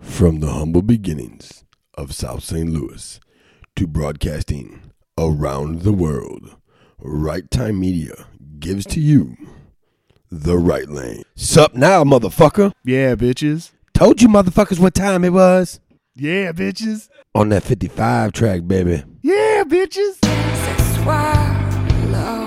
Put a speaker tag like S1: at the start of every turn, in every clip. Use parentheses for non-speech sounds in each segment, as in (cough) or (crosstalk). S1: From the humble beginnings of South St. Louis to broadcasting around the world, Right Time Media gives to you the right lane. Sup now, motherfucker.
S2: Yeah, bitches.
S1: Told you motherfuckers what time it was.
S2: Yeah, bitches.
S1: On that 55 track, baby.
S2: Yeah, bitches.
S3: swallow down.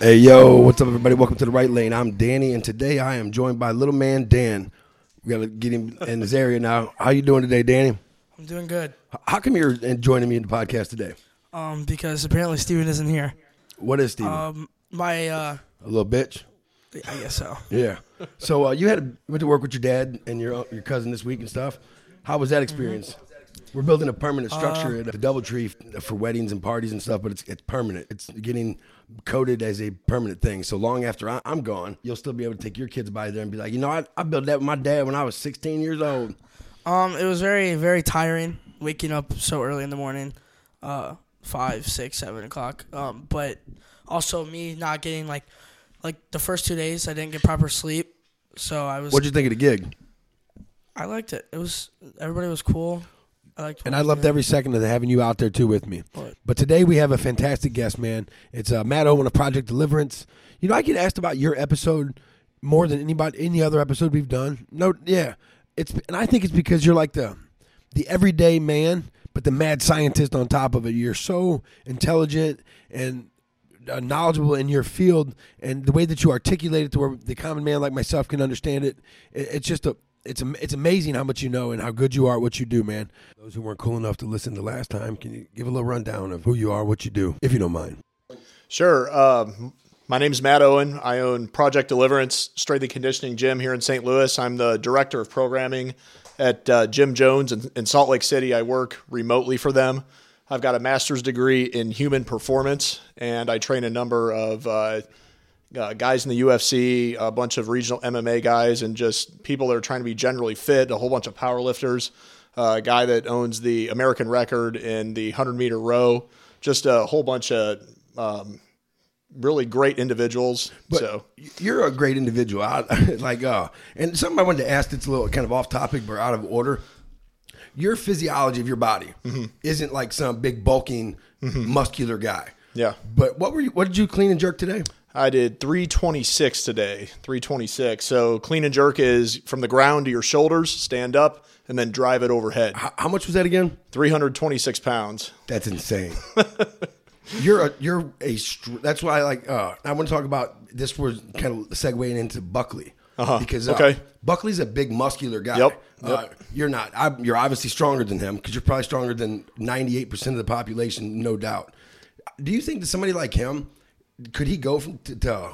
S1: Hey, yo, what's up, everybody? Welcome to the right lane. I'm Danny, and today I am joined by little man Dan. We gotta get him in this area now. How you doing today, Danny?
S4: I'm doing good.
S1: H- How come you're uh, joining me in the podcast today?
S4: Um, because apparently Steven isn't here.
S1: What is Steven?
S4: Um, my uh,
S1: a little bitch.
S4: I guess so.
S1: Yeah. So uh, you had a, went to work with your dad and your your cousin this week and stuff. How was that experience? We're building a permanent structure at the DoubleTree f- uh, for weddings and parties and stuff, but it's it's permanent. It's getting coded as a permanent thing. So long after I, I'm gone, you'll still be able to take your kids by there and be like, you know, I, I built that with my dad when I was 16 years old.
S4: Um, it was very, very tiring waking up so early in the morning, uh, five, six, seven o'clock. Um, but also me not getting like, like the first two days I didn't get proper sleep, so I was.
S1: What'd you think of the gig?
S4: I liked it. It was everybody was cool. I liked.
S1: And I loved every second of having you out there too with me.
S4: Right.
S1: But today we have a fantastic guest, man. It's uh, Matt Owen of Project Deliverance. You know, I get asked about your episode more than anybody any other episode we've done. No, yeah, it's and I think it's because you're like the the everyday man, but the mad scientist on top of it. You're so intelligent and uh, knowledgeable in your field, and the way that you articulate it to where the common man like myself can understand it, it it's just a it's am- it's amazing how much you know and how good you are at what you do, man. Those who weren't cool enough to listen the last time, can you give a little rundown of who you are, what you do, if you don't mind?
S5: Sure. Uh, my name's Matt Owen. I own Project Deliverance Strength and Conditioning Gym here in St. Louis. I'm the director of programming at uh, Jim Jones in, in Salt Lake City. I work remotely for them. I've got a master's degree in human performance, and I train a number of uh, uh, guys in the UFC, a bunch of regional MMA guys, and just people that are trying to be generally fit, a whole bunch of powerlifters, uh, a guy that owns the American record in the 100 meter row, just a whole bunch of um, really great individuals. so,
S1: y- you're a great individual. I, (laughs) like, uh, and something I wanted to ask that's a little kind of off topic but out of order. Your physiology of your body isn't like some big bulking muscular guy.
S5: yeah,
S1: But what were you? What did you clean and jerk today?
S5: I did 326 today, 326. So, clean and jerk is from the ground to your shoulders, stand up, and then drive it overhead.
S1: How, how much was that again?
S5: 326 pounds.
S1: That's insane. (laughs) you're a you're a str- that's why I like uh, I want to talk about this was kind of segueing into Buckley
S5: Uh-huh.
S1: because uh,
S5: Okay.
S1: Buckley's a big muscular guy.
S5: Yep.
S1: Uh, you're not. I, you're obviously stronger than him because you're probably stronger than 98 percent of the population, no doubt. Do you think that somebody like him could he go from to, to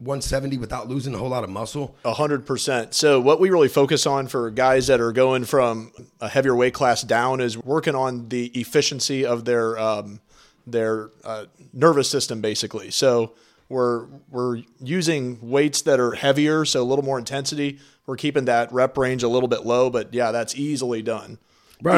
S1: 170 without losing a whole lot of muscle?
S5: A hundred percent. So what we really focus on for guys that are going from a heavier weight class down is working on the efficiency of their um, their uh, nervous system, basically. So we're we're using weights that are heavier, so a little more intensity. We're keeping that rep range a little bit low, but yeah, that's easily done.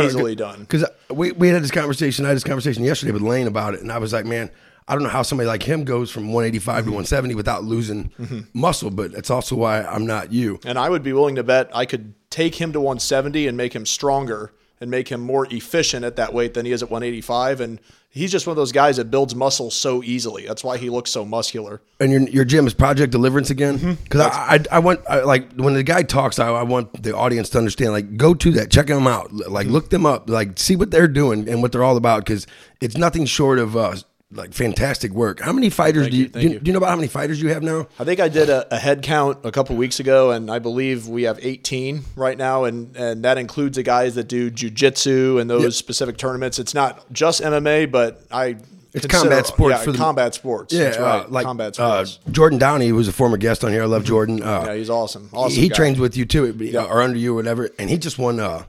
S5: easily done.
S1: Because we, we had this conversation, I had this conversation yesterday with Lane about it, and I was like, man, I don't know how somebody like him goes from 185 to 170 without losing muscle, but that's also why I'm not you.
S5: And I would be willing to bet I could take him to 170 and make him stronger and make him more efficient at that weight than he is at 185. And he's just one of those guys that builds muscle so easily. That's why he looks so muscular.
S1: And your, your gym is Project Deliverance again? Because I, I, I want, I, like, when the guy talks, I, I want the audience to understand, like, go to that, check them out, L- like, look them up, like, see what they're doing and what they're all about, because it's nothing short of, uh, like, fantastic work. How many fighters do you, do, you, do you know about how many fighters you have now?
S5: I think I did a, a head count a couple weeks ago, and I believe we have 18 right now, and, and that includes the guys that do jujitsu and those specific tournaments. It's not just MMA, but I.
S1: It's
S5: consider-
S1: combat sports
S5: Yeah,
S1: for the-
S5: combat sports. That's right.
S1: uh, like
S5: combat
S1: uh,
S5: sports.
S1: Jordan Downey who was a former guest on here. I love Jordan. Uh,
S5: yeah, he's awesome. Awesome.
S1: he
S5: guy.
S1: trains with you too, or under you, or whatever. And he just won. Uh,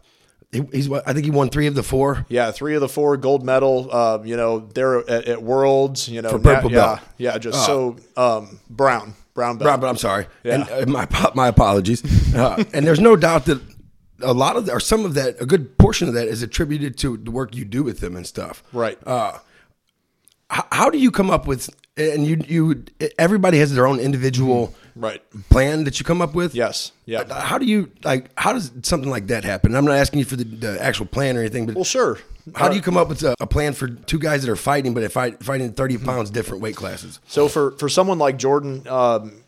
S1: he, he's won- I think he won three of the four.
S5: Yeah, three of the four gold medal. Uh, you know, they're at, at Worlds. You know,
S1: For purple
S5: yeah,
S1: belt. Uh.
S5: yeah, just so um, brown, brown belt.
S1: Right, but I'm sorry.
S5: Yeah.
S1: And
S5: (laughs)
S1: uh, my apo- my apologies. Uh, and there's no doubt that a lot of or some of that, a good portion of that is attributed to the work you do with them and stuff.
S5: Right.
S1: Uh, how, how do you come up with? And you, you, everybody has their own individual
S5: Mm-hmm. Right.
S1: plan that you come up with.
S5: Yes. Yeah.
S1: Uh, How do you like? How does something like that happen? I'm not asking you for the, the actual plan or anything, but
S5: Well, sure. Uh,
S1: how do you come up with a, a plan for two guys that are fighting, but if fight, fighting 30
S5: Mm-hmm.
S1: pounds different weight classes?
S5: So for for someone like Jordan, um,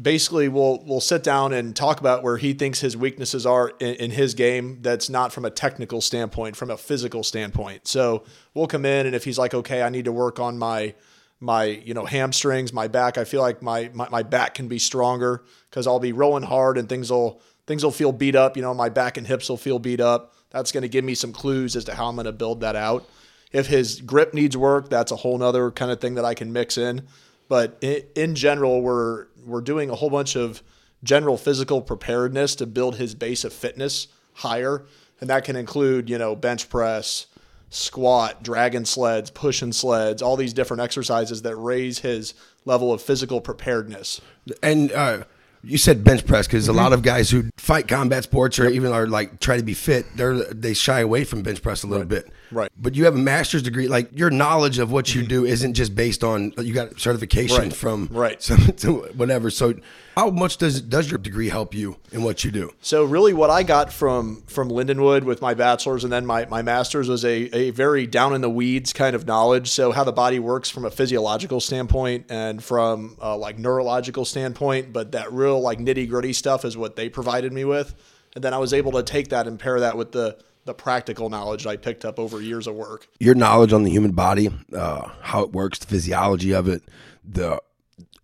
S5: basically we'll we'll sit down and talk about where he thinks his weaknesses are in, in his game. That's not from a technical standpoint, from a physical standpoint. So we'll come in and if he's like, okay, I need to work on my my you know hamstrings, my back. I feel like my my, my back can be stronger because I'll be rolling hard and things will things will feel beat up. You know, my back and hips will feel beat up. That's going to give me some clues as to how I'm going to build that out. If his grip needs work, that's a whole nother kind of thing that I can mix in. But in, in general, we're we're doing a whole bunch of general physical preparedness to build his base of fitness higher, and that can include you know bench press, squat, dragon sleds, push and sleds, all these different exercises that raise his level of physical preparedness.
S1: And uh, you said bench press because
S5: Mm-hmm.
S1: a lot of guys who fight combat sports or even are like try to be fit, they're they shy away from bench press a little bit.
S5: Right. Mm-hmm.
S1: But you have a master's degree. Like your knowledge of what you do isn't just based on uh, you got certification
S5: Right.
S1: from
S5: Right.
S1: (laughs) some, to whatever. So how much does does your degree help you in what you do?
S5: So really, what I got from from Lindenwood with my bachelor's and then my my master's was a a very down in the weeds kind of knowledge. So how the body works from a physiological standpoint and from uh, like neurological standpoint, but that real like nitty gritty stuff is what they provided me with, and then I was able to take that and pair that with the the practical knowledge I picked up over years of work.
S1: your knowledge on the human body, uh, how it works, the physiology of it, the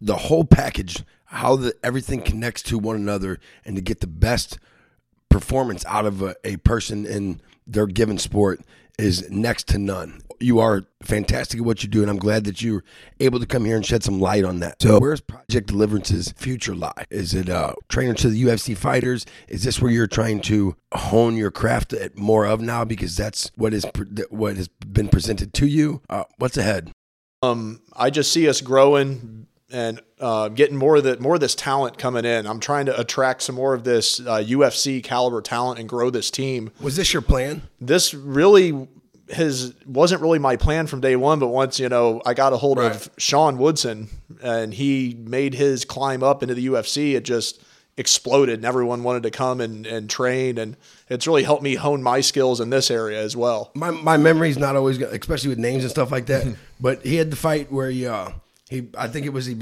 S1: the whole package, how the, everything connects to one another, and to get the best performance out of a, a person in their given sport is next to none. You are fantastic at what you do, and I'm glad that you're able to come here and shed some light on that. So, where's Project Deliverance's future lie? Is it uh, trainer to the UFC fighters? Is this where you're trying to hone your craft at more of now? Because that's what is pre- that- what has been presented to you. Uh, what's ahead?
S5: um, I just see us growing and uh, getting more of the more of this talent coming in. I'm trying to attract some more of this uh, UFC caliber talent and grow this team.
S1: Was this your plan?
S5: This really his wasn't really my plan from day one, but once you know I got a hold
S1: Right.
S5: of Sean Woodson and he made his climb up into the UFC, it just exploded and everyone wanted to come and, and train and it's really helped me hone my skills in this area as well.
S1: my my memory's not always good, especially with names and stuff like that.
S5: (laughs)
S1: but he had the fight where he uh, he I think it was he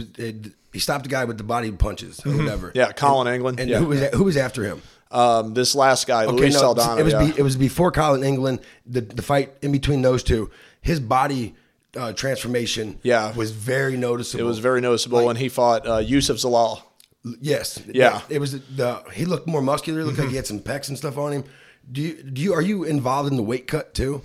S1: he stopped the guy with the body punches or whatever.
S5: Mm-hmm. Yeah, Colin England.
S1: And
S5: yeah.
S1: who was who was after him?
S5: um, this last guy, Luis
S1: no,
S5: Saldana.
S1: it was
S5: yeah.
S1: be, it was before Colin England. The the fight in between those two, his body uh, transformation
S5: Yeah.
S1: was very noticeable.
S5: It was very noticeable when he fought uh, Yusuf Zalal.
S1: yes
S5: Yeah. Mm-hmm.
S1: It was the he looked more muscular. Looked like he had some pecs and stuff on him. Do you do you are you involved in the weight cut too?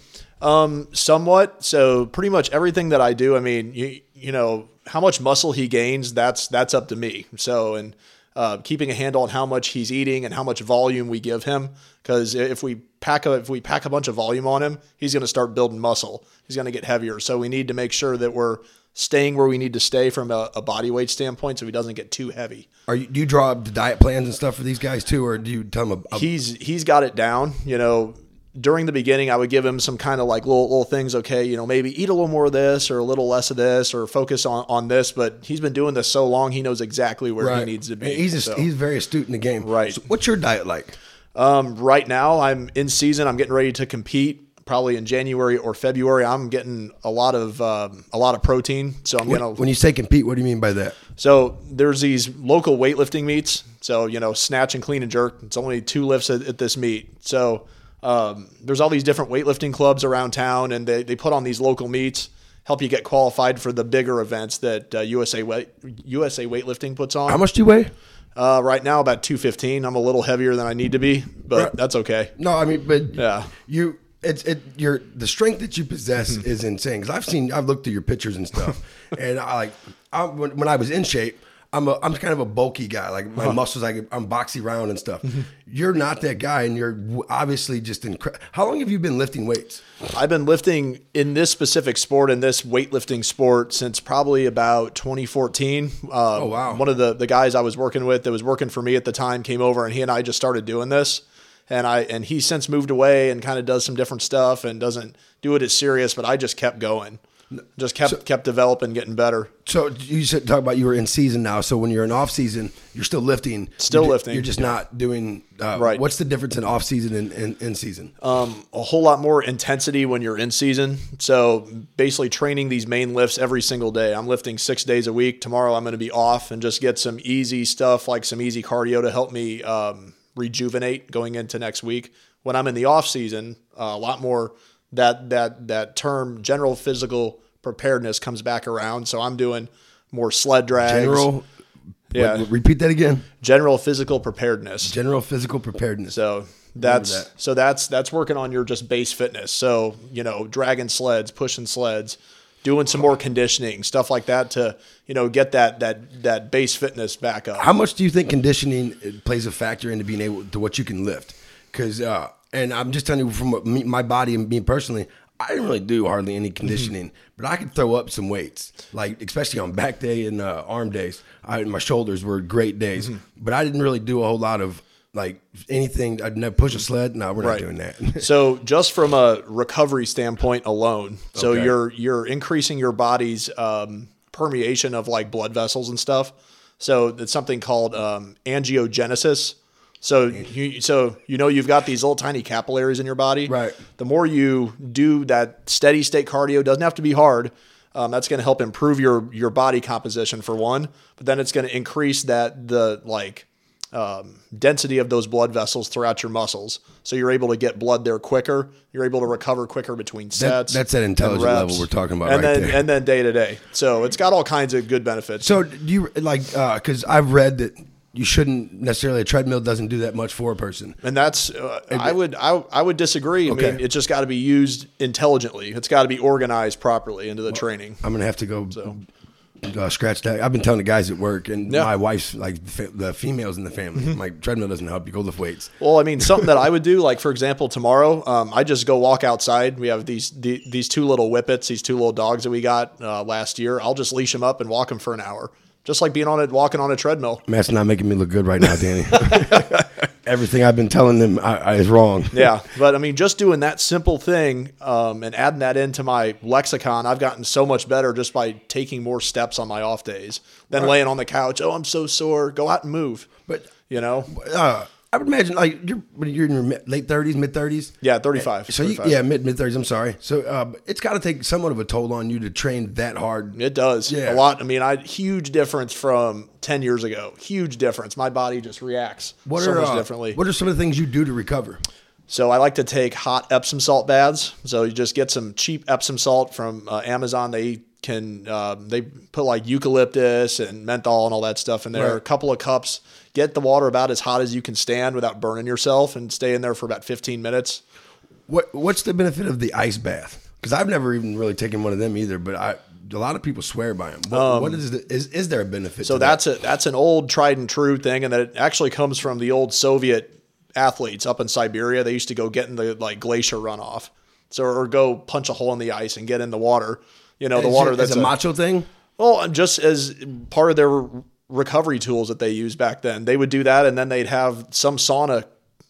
S5: somewhat. So pretty much everything that I do, I mean, you you know how much muscle he gains, that's that's up to me. So and uh, keeping a handle on how much he's eating and how much volume we give him, because if we pack a if we pack a bunch of volume on him, he's going to start building muscle. He's going to get heavier. So we need to make sure that we're staying where we need to stay from a, a body weight standpoint, so he doesn't get too heavy.
S1: Are you do you draw up the diet plans and stuff for these guys too, or do you tell them? A, a-
S5: he's he's got it down. You know, during the beginning, I would give him some kind of like little little things. Okay, you know, maybe eat a little more of this or a little less of this or focus on on this. But he's been doing this so long, he knows exactly where he needs to be.
S1: He's a,
S5: So,
S1: he's very astute in the game.
S5: Right.
S1: So what's your diet like?
S5: um, right now, I'm in season. I'm getting ready to compete. Probably in January or February, I'm getting a lot of um, a lot of protein. So I'm gonna
S1: When you say compete, what do you mean by that?
S5: So there's these local weightlifting meets. So you know, snatch and clean and jerk. It's only two lifts at, at this meet. So um, there's all these different weightlifting clubs around town, and they, they put on these local meets, help you get qualified for the bigger events that uh, USA weight, USA weightlifting puts on.
S1: How much do you weigh?
S5: Uh, right now, about 215. I'm a little heavier than I need to be, but
S1: Right.
S5: that's okay.
S1: No, I mean, but
S5: Yeah.
S1: you it's it your the strength that you possess is insane. Because I've seen, I've looked at your pictures and (laughs) stuff, and I like I, when, when I was in shape. I'm a, I'm kind of a bulky guy. Like my muscles, like I'm boxy round and stuff. You're not that guy, and you're w- obviously just incredible. How long have you been lifting weights?
S5: I've been lifting in this specific sport in this weightlifting sport since probably about 2014. Uh, oh
S1: wow.
S5: One of the the guys I was working with that was working for me at the time came over and he and I just started doing this. and I and he since moved away and kind of does some different stuff and doesn't do it as serious. But I just kept going, just kept kept developing, getting better.
S1: So you said talk about you were in season now. So when you're in off season, you're still lifting.
S5: Still
S1: You're ju-
S5: lifting.
S1: You're just not doing. Uh,
S5: Right. Uh,
S1: What's the difference in off season and in, in season?
S5: a whole lot more intensity when you're in season. So basically, training these main lifts every single day. I'm lifting six days a week. Tomorrow, I'm going to be off and just get some easy stuff like some easy cardio to help me um, rejuvenate going into next week. When I'm in the off season, uh, a lot more that that that term general physical preparedness comes back around. So I'm doing more sled drags.
S1: General.
S5: yeah,
S1: What- repeat that again.
S5: general physical preparedness.
S1: General physical preparedness.
S5: So that's
S1: that.
S5: so that's that's working on your just base fitness. So you know, dragging sleds, pushing sleds, doing some more conditioning stuff like that to you know get that that that base fitness back up.
S1: How much do you think conditioning uh, plays a factor into being able to what you can lift? Because, uh, and I'm just telling you from what me, my body and me personally, I didn't really do hardly any conditioning, but I could throw up some weights, like especially on back day and uh, arm days. I, my shoulders were great days, but I didn't really do a whole lot of like anything. I'd never push a sled. No, we're not doing that.
S5: (laughs) so just from a recovery standpoint alone, so
S1: Okay.
S5: you're you're increasing your body's um, permeation of like blood vessels and stuff. So it's something called um, angiogenesis. So you so you know you've got these little tiny capillaries in your body.
S1: Right.
S5: The more you do that steady state cardio, doesn't have to be hard. Um, that's going to help improve your your body composition for one, but then it's going to increase that the like um, density of those blood vessels throughout your muscles. So you're able to get blood there quicker. You're able to recover quicker between sets.
S1: that's that
S5: and
S1: intelligent level
S5: reps.
S1: we're talking about
S5: and
S1: right
S5: then
S1: there.
S5: and then day to day. So it's got all kinds of good benefits.
S1: (laughs) So do you like because I've read that you shouldn't necessarily a treadmill doesn't do that much for a person.
S5: and that's uh, I would I, I would disagree. I
S1: Okay.
S5: mean, it's just got to be used intelligently. It's got to be organized properly into the training.
S1: I'm gonna have to go uh, scratch that. I've been telling the guys at work, and
S5: Yeah. Mm-hmm.
S1: my wife's like fa- the females in the family. Like treadmill doesn't help you go lift weights.
S5: Well, I mean, something that I would do, like for example, tomorrow, um, I just go walk outside. We have these the, these two little whippets, these two little dogs that we got uh, last year. I'll just leash them up and walk them for an hour, just like being on it, walking on a treadmill.
S1: Matt's not making me look good right now,
S5: (laughs)
S1: Danny. Everything I've been telling them I, I, is wrong.
S5: yeah, but I mean, just doing that simple thing um, and adding that into my lexicon, I've gotten so much better just by taking more steps on my off days than laying on the couch. Oh, I'm so sore. Go out and move.
S1: But
S5: You know,
S1: uh, I would imagine like you're when you're in your mi- late 30s, mid 30s.
S5: yeah, 35.
S1: So you,
S5: 35.
S1: yeah, mid mid 30s. I'm sorry. So uh, it's got to take somewhat of a toll on you to train that hard.
S5: It does
S1: Yeah.
S5: a lot. I mean, I huge difference from ten years ago. Huge difference. My body just reacts
S1: What
S5: so
S1: are
S5: much
S1: uh,
S5: differently.
S1: what are some of the things you do to recover?
S5: so I like to take hot Epsom salt baths. So you just get some cheap Epsom salt from uh, Amazon. They can um, they put like eucalyptus and menthol and all that stuff in there.
S1: Right.
S5: A couple of cups. Get the water about as hot as you can stand without burning yourself, and stay in there for about fifteen minutes.
S1: What What's the benefit of the ice bath? Because I've never even really taken one of them either. But I, a lot of people swear by them. What, what is the is, is there a benefit?
S5: Um, So
S1: to
S5: that's a that's an old tried and true thing, and that it actually comes from the old Soviet athletes up in Siberia. They used to go get in the like glacier runoff, so or go punch a hole in the ice and get in the water. You know,
S1: that?
S5: the
S1: Is
S5: water
S1: it- is
S5: that's
S1: a, macho thing.
S5: well, and just as part of their recovery tools that they used back then, they would do that, and then they'd have some sauna,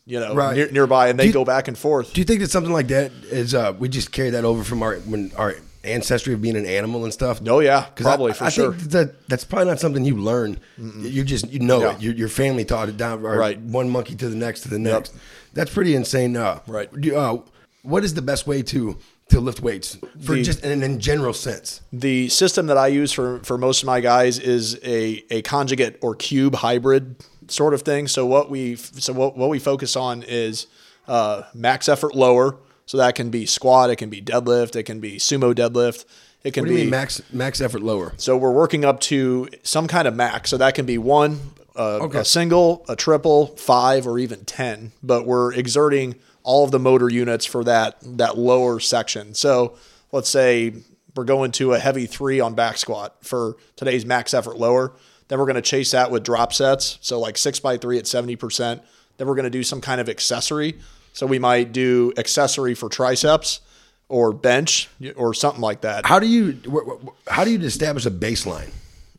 S5: you know,
S1: Right.
S5: near, nearby, and
S1: Do
S5: they
S1: you-
S5: go back and forth.
S1: Do you think that something like that is uh, we just carry that over from our when our ancestry of being an animal and stuff?
S5: oh yeah,
S1: 'Cause I-
S5: probably
S1: I,
S5: for
S1: I
S5: sure.
S1: Think that that's probably not something you learn. You just you know
S5: Yeah.
S1: it. Your, your family taught it down or
S5: Right.
S1: one monkey to the next to the next. That's pretty insane. Uh,
S5: Right.
S1: do you- Uh, what is the best way to to lift weights for
S5: The-
S1: just in, in general sense?
S5: the system that I use for, for most of my guys is a, a conjugate or cube hybrid sort of thing. So what we so what, what we focus on is uh, max effort lower. So that can be squat, it can be deadlift, it can be sumo deadlift, it can
S1: What do you
S5: be
S1: mean max max effort lower?
S5: so we're working up to some kind of max. So that can be one, uh,
S1: Okay.
S5: a single, a triple, five, or even ten. But we're exerting all of the motor units for that that lower section. So let's say we're going to a heavy three on back squat for today's max effort lower. Then we're going to chase that with drop sets. So like six by three at seventy percent. Then we're going to do some kind of accessory. So we might do accessory for triceps or bench or something like that.
S1: How do you wh- wh- how do you establish a baseline?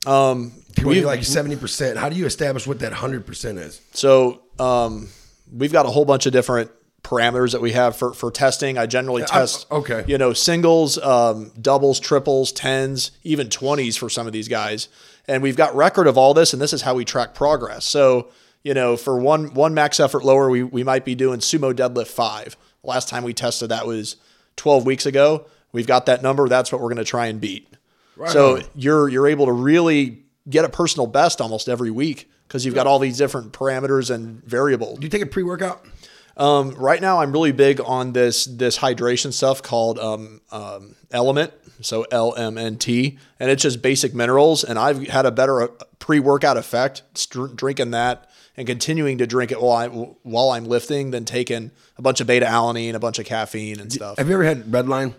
S1: Um,
S5: we-
S1: like seventy percent. How do you establish what that hundred percent is?
S5: So um, we've got a whole bunch of different parameters that we have for, for testing. I generally
S1: I'm-
S5: test,
S1: okay.
S5: you know, singles, um, doubles, triples, tens, even twenties for some of these guys. And we've got record of all this, and this is how we track progress. So, you know, for one one max effort lower, we we might be doing sumo deadlift five. Last time we tested that was twelve weeks ago. We've got that number. That's what we're going to try and beat. so
S1: on.
S5: you're you're able to really get a personal best almost every week because you've got all these different parameters and variables.
S1: Do you take a pre-workout?
S5: Right now, I'm really big on this this hydration stuff called um, um, Element, so L M N T, and it's just basic minerals. And I've had a better pre workout effect str- drinking that and continuing to drink it while I while I'm lifting than taking a bunch of beta alanine, a bunch of caffeine and stuff.
S1: Have you ever had red line?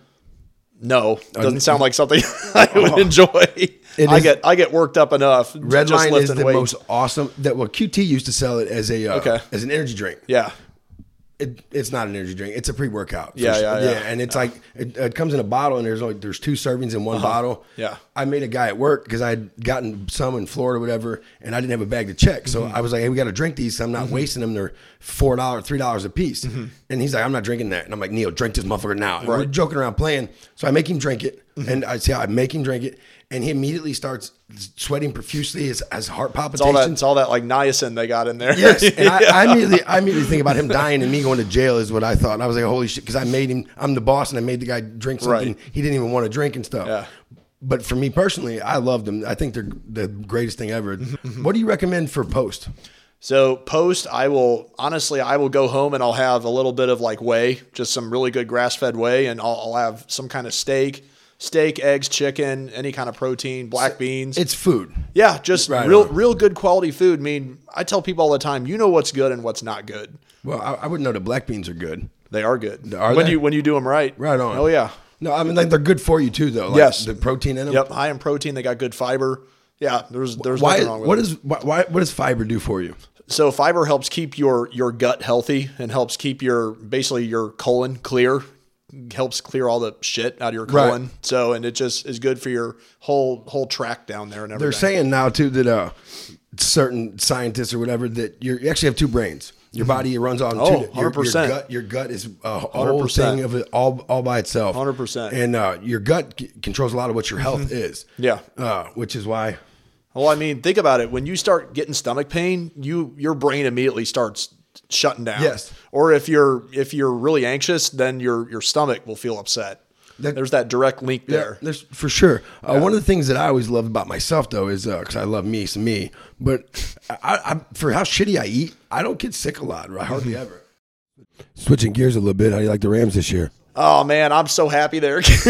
S5: No,
S1: Oh,
S5: doesn't sound like something (laughs) I would enjoy. I
S1: is-
S5: get I get worked up enough.
S1: Red
S5: just
S1: line is
S5: lifting
S1: the most
S5: weights.
S1: awesome. That well, QT used to sell it as a uh,
S5: Okay.
S1: as an energy drink.
S5: Yeah,
S1: It, it's not an energy drink. It's a pre-workout.
S5: Yeah,
S1: For-
S5: yeah, yeah.
S1: And it's like it, it comes in a bottle, and there's like there's two servings in one bottle.
S5: Uh-huh. Yeah.
S1: I made a guy at work because I had gotten some in Florida, or whatever, and I didn't have a bag to check. So
S5: Mm-hmm.
S1: I was like, "Hey, we got to drink these. So I'm not wasting them. They're four dollars, three dollars a piece." And he's like, "I'm not drinking that." And I'm like, "Neil, drink this motherfucker now." And We're
S5: Mm-hmm. Right. Mm-hmm.
S1: joking around playing, so I make him drink it, and I see how I make him drink it, and he immediately starts sweating profusely. His, his heart
S5: it's all
S1: palpitations.
S5: that it's all that like niacin they got in there. (laughs)
S1: Yes, and I, I immediately, I immediately think about him dying and me going to jail is what I thought. And I was like, holy shit, because I made him. I'm the boss, and I made the guy drink something
S5: Right.
S1: he didn't even want to drink and stuff.
S5: Yeah.
S1: But for me personally, I loved them. I think they're the greatest thing
S5: (laughs)
S1: ever. what do you recommend for post?
S5: So post, I will honestly, I will go home and I'll have a little bit of like whey, just some really good grass fed whey, and I'll, I'll have some kind of steak, steak, eggs, chicken, any kind of protein, black beans.
S1: It's food.
S5: yeah, just
S1: Right
S5: real,
S1: on.
S5: real good quality food. I mean, I tell people all the time, you know what's good and what's not good.
S1: Well, I, I wouldn't know that black beans are good.
S5: They are good
S1: Are
S5: when
S1: they?
S5: you when you do them right.
S1: Right on.
S5: Oh yeah.
S1: No, I mean like they're good for you too, though. Like,
S5: Yes.
S1: the protein in them.
S5: Yep. High in protein. They got good fiber. Yeah. There's there's
S1: Why?
S5: nothing wrong with
S1: What
S5: it.
S1: is why, why? What does fiber do for you?
S5: so fiber helps keep your your gut healthy and helps keep your basically your colon clear helps clear all the shit out of your
S1: Right.
S5: colon so and it just is good for your whole whole tract down there and everything
S1: They're saying now too that uh, certain scientists or whatever that you're, you actually have two brains. Your body runs on
S5: Oh,
S1: two. Your, your
S5: 100%.
S1: gut, your gut is uh, a whole
S5: 100%.
S1: thing of it all, all by itself.
S5: 100%.
S1: And uh, your gut c- controls a lot of what your health is.
S5: Mm-hmm. Yeah.
S1: Uh, which is why.
S5: well i mean think about it when you start getting stomach pain you your brain immediately starts shutting down
S1: Yes.
S5: or if you're if you're really anxious then your your stomach will feel upset
S1: That-
S5: there's that direct link
S1: Yeah,
S5: there
S1: there's for sure. Uh, One of the things that I always love about myself though is because I love me some me, but I, I, for how shitty I eat, I don't get sick a lot. Right?
S5: Mm-hmm.
S1: Hardly ever. Switching gears a little bit, how do you like the Rams this year?
S5: oh man i'm so happy they're (laughs)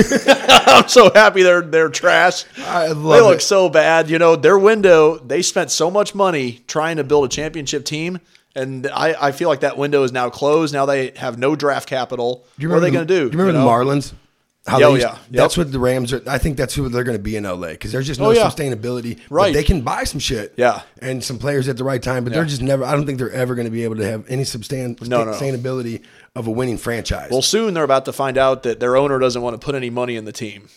S5: i'm so happy they're they're trash
S1: I
S5: they
S1: love
S5: look
S1: it.
S5: so bad. You know, their window, they spent so much money trying to build a championship team. And I, I feel like that window is now closed. Now they have no draft capital. what are they
S1: the-
S5: going to do?
S1: You remember
S5: know?
S1: the Marlins? How
S5: Yeah, oh,
S1: they used-
S5: yeah. Yep.
S1: That's what the Rams are. I think that's who they're going to be in LA because there's just no
S5: Oh, yeah.
S1: sustainability. But
S5: Right.
S1: they can buy some shit.
S5: Yeah.
S1: And some players at the right time, but they're
S5: Yeah.
S1: just never. I don't think they're ever going to be able to have any sustain,
S5: No, no.
S1: sustainability of a winning franchise.
S5: Well, soon they're about to find out that their owner doesn't want to put any money in the team.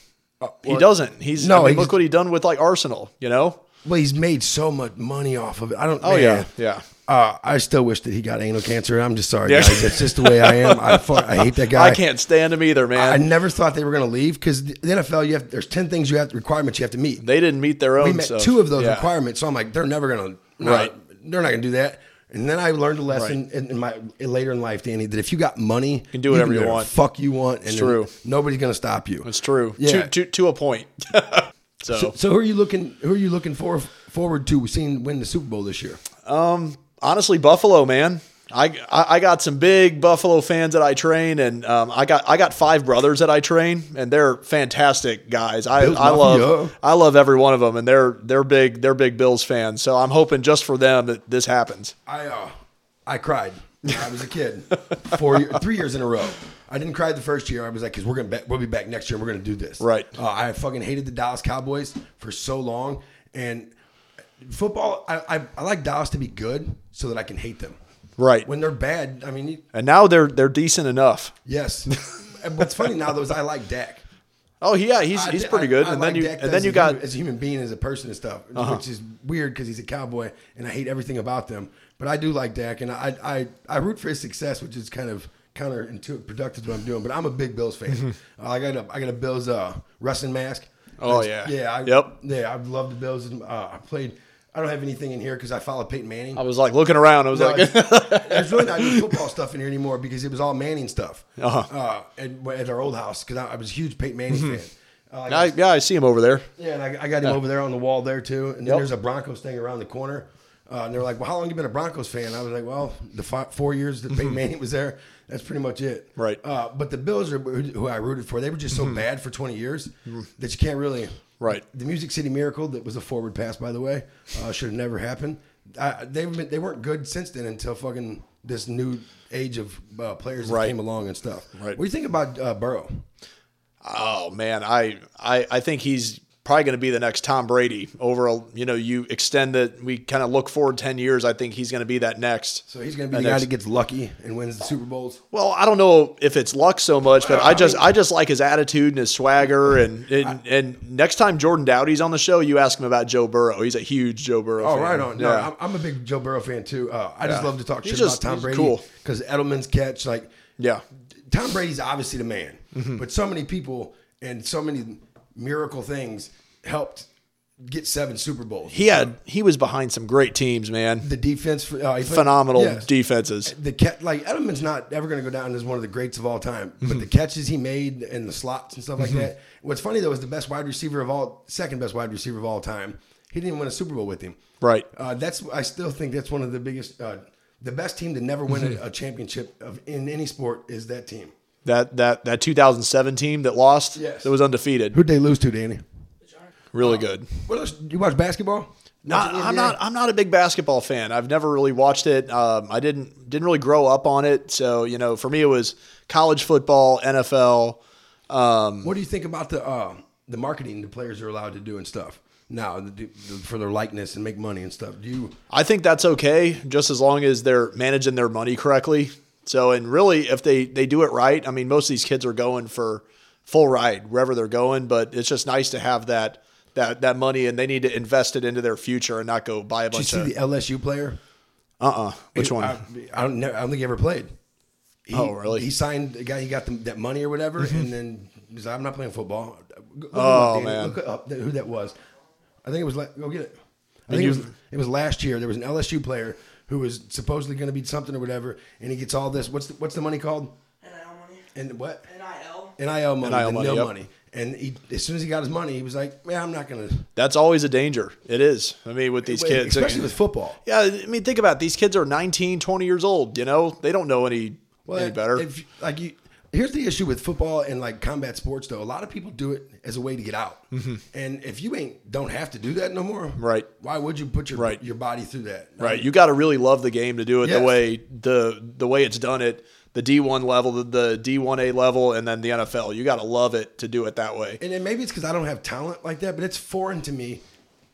S5: he doesn't. He's
S1: Uh, no,
S5: no.
S1: he's-
S5: look what he done with like Arsenal. You know?
S1: Well, he's made so much money off of it. I don't.
S5: Oh yeah, yeah.
S1: Uh, I still wish that he got anal cancer. I'm just sorry,
S5: Yeah.
S1: guys. That's just the way I am. I, fu- I hate that guy.
S5: (laughs) I can't stand him either, man.
S1: I never thought they were going to leave because the NFL. You have there's ten things you have requirements you have to meet.
S5: they didn't meet their own.
S1: we met
S5: so-
S1: two of those
S5: yeah.
S1: requirements. So I'm like, they're never gonna, no,
S5: Right.
S1: They're not gonna do that. And then I learned a lesson
S5: Right.
S1: in, in my later in life, Danny, that if you got money, you
S5: can do whatever you
S1: the
S5: want.
S1: Fuck you want, and
S5: true.
S1: Nobody's gonna stop you.
S5: It's true.
S1: Yeah.
S5: To, to, to a point. so,
S1: So, so who are you looking? Who are you looking for forward to seeing win the Super Bowl this year?
S5: honestly, Buffalo, man. I, I I got some big Buffalo fans that I train, and um, I got I got five brothers that I train, and they're fantastic guys. I,
S1: Bills
S5: I
S1: Mafia.
S5: love I love every one of them, and they're they're big they're big Bills fans. So I'm hoping just for them that this happens.
S1: I uh, I cried. when I was a kid, (laughs) four, year, three years in a row. I didn't cry the first year. I was like, because we're gonna be, we'll be back next year. and We're gonna do this.
S5: Right.
S1: Uh, I fucking hated the Dallas Cowboys for so long, and football. I, I I like Dallas to be good so that I can hate them.
S5: Right.
S1: When they're bad, I mean, you-
S5: (laughs) And now they're they're decent enough.
S1: yes. And What's funny now though is I like Dak.
S5: Oh yeah, he's
S1: I-
S5: he's
S1: I-
S5: pretty good.
S1: I
S5: and
S1: like
S5: then you
S1: Dak
S5: and
S1: as
S5: then
S1: a
S5: you got Uh-huh.
S1: human- as a human being, as a person and stuff, which is weird because he's a cowboy and I hate everything about them. But I do like Dak, and I I, I root for his success, which is kind of counterproductive to what I'm doing. But I'm a big Bills fan. I got a I got a Bills uh, wrestling mask.
S5: Mm-hmm. Oh,
S1: That's-
S5: yeah.
S1: yeah. I,
S5: Yep.
S1: Yeah, I love the Bills. and, Uh, I played. I don't have anything in here because I followed Peyton Manning.
S5: I was like looking around. I was
S1: No,
S5: like, (laughs)
S1: it's- (laughs) there's really not any football stuff in here anymore because it was all Manning stuff
S5: Uh-huh. Mm-hmm.
S1: uh, at, at our old house because I, I was a huge Peyton Manning fan. Uh, I
S5: I, yeah, I see him over there.
S1: yeah, and I, I
S5: Uh.
S1: got him over there on the wall there too. And then there's a Broncos thing around the corner. Uh, and they're like, "Well, how long you been a Broncos fan?" I was like, "Well, the fi four years that
S5: (laughs)
S1: Peyton Manning was there, that's pretty much it."
S5: Right. Mm-hmm.
S1: Uh, but the Bills are who who I rooted for. They were just so bad for 20 years that you can't really.
S5: Right.
S1: The Music City Miracle that was a forward pass, by the way, uh, should have never happened. I, they've been, they weren't good since then until fucking this new age of uh, players that
S5: Right.
S1: came along and stuff.
S5: Right.
S1: What do you think about uh, Burrow?
S5: Oh man, I I, I think he's probably going to be the next Tom Brady. Over a, you know, you extend that. We kind of look forward ten years. I think he's going to be that next.
S1: So he's going to
S5: that
S1: be the guy
S5: next-
S1: that gets lucky and wins the Super Bowls.
S5: Well, I don't know if it's luck so much, but I just I just like his attitude and his swagger. And and, and next time Jordan Dowdy's on the show, you ask him about Joe Burrow. He's a huge Joe Burrow.
S1: Oh,
S5: fan.
S1: right on. No,
S5: Yeah.
S1: I'm, I'm a big Joe Burrow fan too. Uh, I just
S5: Yeah.
S1: love to talk
S5: He's
S1: shit
S5: just-
S1: about Tom
S5: he's
S1: Brady
S5: cool.
S1: because Edelman's catch, like,
S5: yeah. Mm-hmm.
S1: Tom Brady's obviously the man, but so many people and so many miracle things helped get seven Super Bowls.
S5: He had he was behind some great teams, man.
S1: the defense, uh, he played-
S5: Phenomenal
S1: yes.
S5: defenses.
S1: The cat like Edelman's not ever going to go down as one of the greats of all time,
S5: Mm-hmm.
S1: but the catches he made and the slots and stuff like that. What's funny though is the best wide receiver of all, second best wide receiver of all time. He didn't win a Super Bowl with him.
S5: Right.
S1: Uh, that's I still think that's one of the biggest, uh, the best team to never win
S5: Mm-hmm.
S1: a, a championship of in any sport is that team.
S5: That that that 2007 team that lost,
S1: Yes.
S5: that was undefeated.
S1: Who'd they lose to, Danny?
S5: really good.
S1: What else? You watch basketball?
S5: Not, I'm not. I'm not a big basketball fan. I've never really watched it. Um, I didn't didn't really grow up on it. So you know, for me, it was college football, NFL. Um,
S1: What do you think about the uh, the marketing the players are allowed to do and stuff now the, the, for their likeness and make money and stuff? Do you?
S5: I think that's okay, just as long as they're managing their money correctly. So, and really, if they they do it right, I mean, most of these kids are going for full ride wherever they're going. But it's just nice to have that that that money, and they need to invest it into their future and not go buy a
S1: Did you
S5: bunch
S1: see
S5: of.
S1: the LSU player?
S5: uh uh Which one?
S1: I, I don't know. I don't think he ever played. He,
S5: Oh, really? Mm-hmm.
S1: He signed a guy. He got the, that money or whatever, and then he's like, "I'm not playing football." Go- Look
S5: Oh,
S1: Danny.
S5: man.
S1: Look up that- who that was. I think it was. la- Go get it. I
S5: And
S1: think it
S5: you-
S1: was, it was last year. There was an LSU player who was supposedly going to be something or whatever, and he gets all this. What's the, what's the money called?
S4: NIL money.
S1: And what?
S4: NIL.
S1: NIL money.
S5: NIL
S1: the
S5: money,
S1: nil
S5: yep.
S1: money. And he, as soon as he got his money, he was like, "Man, I'm not going to."
S5: That's always a danger. It is. I mean, with these kids,
S1: especially with football.
S5: Yeah, I mean, think about it. these kids are 19, 20 years old. You know, they don't know any any
S1: if-
S5: better.
S1: If, like you, here's the issue with football and like combat sports though. A lot of people do it as a way to get out. And if you ain't don't have to do that no more,
S5: Mm-hmm. Right.
S1: Why would you put your
S5: Right.
S1: your body through that?
S5: right, you got to really love the game to do it
S1: Yes.
S5: the way the the way it's done it. The D one level, the, the D one A level, and then the NFL. You got to love it to do it that way.
S1: And then maybe it's because I don't have talent like that, but it's foreign to me.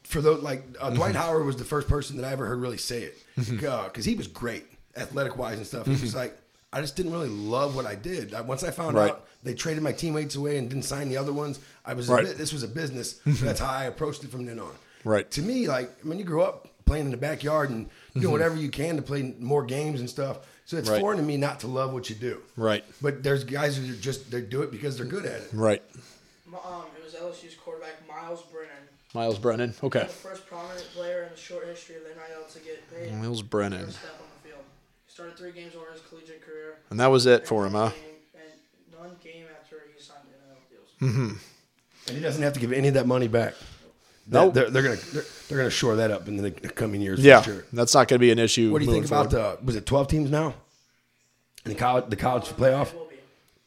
S1: For those like uh,
S5: Mm-hmm.
S1: Dwight Howard was the first person that I ever heard really say it because he was great athletic wise and stuff. He was like. I just didn't really love what I did. I, once I found
S5: Mm-hmm. Right.
S1: out they traded my teammates away and didn't sign the other ones, I was
S5: Right. Mm-hmm.
S1: this was a business. So that's how I approached it from then on.
S5: Right.
S1: To me, like I mean, you grew up playing in the backyard and doing whatever you can to play more games and stuff. So it's
S5: Mm-hmm. Right.
S1: foreign to me not to love what you do.
S5: Right.
S1: But there's guys who are just they do it because they're good at it.
S5: Right,
S4: Um, it was LSU's quarterback Miles Brennan,
S5: Miles Brennan. Okay,
S4: the first prominent player in the short history of the NIL to get paid.
S5: Miles Mm, Brennan,
S4: First step on the field. He started three games over his collegiate career.
S5: and that was it for him, huh?
S4: And none came after he signed NIL deals.
S5: Hmm.
S1: And he doesn't have to give any of that money back.
S5: Nope.
S1: They're, they're gonna they're, they're gonna shore that up in the coming years.
S5: Yeah,
S1: For sure.
S5: that's not going to be an issue.
S1: What do you
S5: moving
S1: think about
S5: forward.
S1: the was it twelve teams now? In the college the college playoff.
S4: It will be.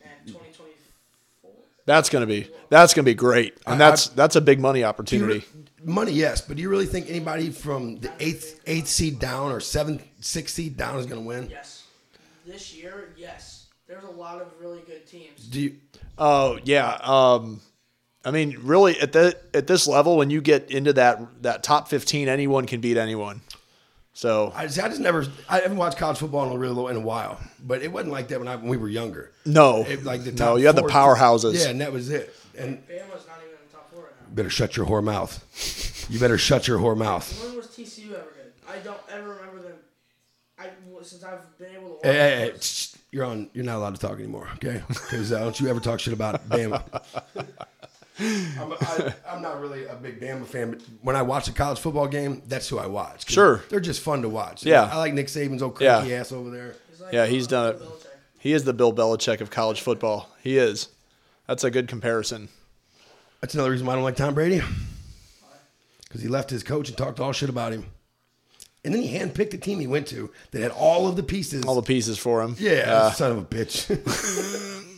S4: And 2024.
S5: That's going to be that's going to be great, and that's that's a big money
S1: Do you
S5: opportunity.
S1: re- money, yes, but do you really think anybody from the eighth eighth seed down or seventh sixth seed down is gonna win?
S4: Yes. This year, yes. There's a lot of really good teams.
S1: Do you?
S5: Oh yeah. Um, I mean, really at the at this level, when you get into that that top fifteen, anyone can beat anyone. So
S1: I just, I just never I haven't watched college football in a real in a while, but it wasn't like that when I when we were younger.
S5: no,
S1: It, like the top
S5: no, you had the
S1: four-
S5: powerhouses.
S1: Yeah, and that was it. And
S4: Bama's not even in the top four right now.
S1: better shut your whore mouth. You better shut your whore mouth.
S4: When was TCU ever good? I don't ever remember them. I since I've been able to. Watch
S1: Hey, hey, hey, tsh, you're on. You're not allowed to talk anymore. (laughs) Okay, because uh, don't you ever talk shit about Bama. (laughs) I'm, I, I'm not really a big Bama fan, but when I watch a college football game, that's who I watch. 'Cause
S5: Sure.
S1: they're just fun to watch.
S5: Yeah.
S1: I like Nick Saban's old cranky
S5: Yeah.
S1: ass over there.
S5: Yeah, he's done it. He is the Bill Belichick of college football. He is. That's a good comparison.
S1: That's another reason why I don't like Tom Brady, because he left his coach and talked all shit about him, and then he handpicked the team he went to that had all of the pieces.
S5: All the pieces for him.
S1: yeah,
S5: Uh,
S1: son of a bitch. (laughs)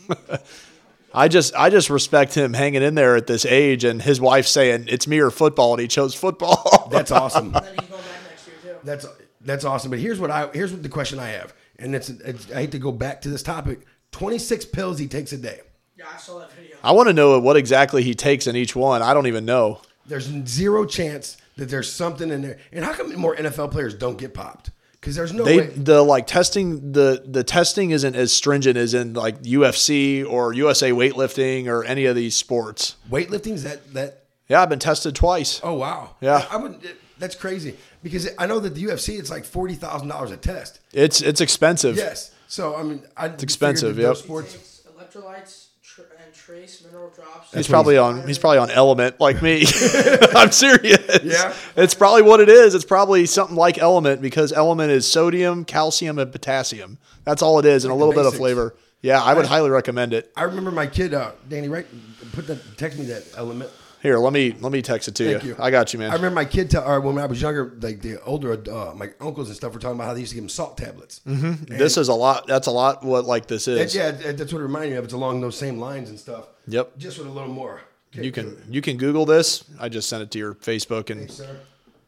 S5: I just I just respect him hanging in there at this age and his wife saying it's me or football and he chose football.
S1: That's (laughs) awesome.
S4: And then he's going back next year too.
S1: That's that's awesome. But here's what I here's what the question I have, and it's, it's I hate to go back to this topic. Twenty six pills he takes a day.
S4: Yeah, I saw that video.
S5: (laughs) I want to know what exactly he takes in each one. I don't even know.
S1: There's zero chance that there's something in there. And how come more NFL players don't get popped? Because there's no
S5: They
S1: way.
S5: the like testing the the testing isn't as stringent as in like UFC or USA weightlifting or any of these sports.
S1: Weightlifting's that that.
S5: Yeah, I've been tested twice.
S1: Oh wow.
S5: Yeah.
S1: I, would. That's crazy because I know that the UFC it's like forty thousand dollars a test.
S5: It's it's expensive.
S1: Yes. So I mean, I it's
S5: expensive, yep.
S1: Sports.
S4: Takes electrolytes tr- and trace mineral drops.
S5: He's probably on. He's probably on Element, like me. (laughs) I'm serious.
S1: Yeah.
S5: it's probably what it is. It's probably something like Element because Element is sodium, calcium, and potassium. That's all it is, and a
S1: Like the
S5: little bit of
S1: basics.
S5: flavor. Yeah, I would highly recommend it.
S1: I remember my kid, uh, Danny Wright, put that text me that element.
S5: Here, let me let me text it to
S1: Thank
S5: you.
S1: you.
S5: I got you, man.
S1: I remember my kid, tell, or when I was younger, like the older, uh, my uncles and stuff were talking about how they used to give them salt tablets. Mm-hmm.
S5: this is a lot. That's a lot. What like this is.
S1: yeah, that- that's what it reminded me of. It's along those same lines and stuff.
S5: Yep.
S1: Just with a little more. kick
S5: You
S1: to
S5: can
S1: it.
S5: you can Google this. I just sent it to your Facebook and
S1: Thanks, sir.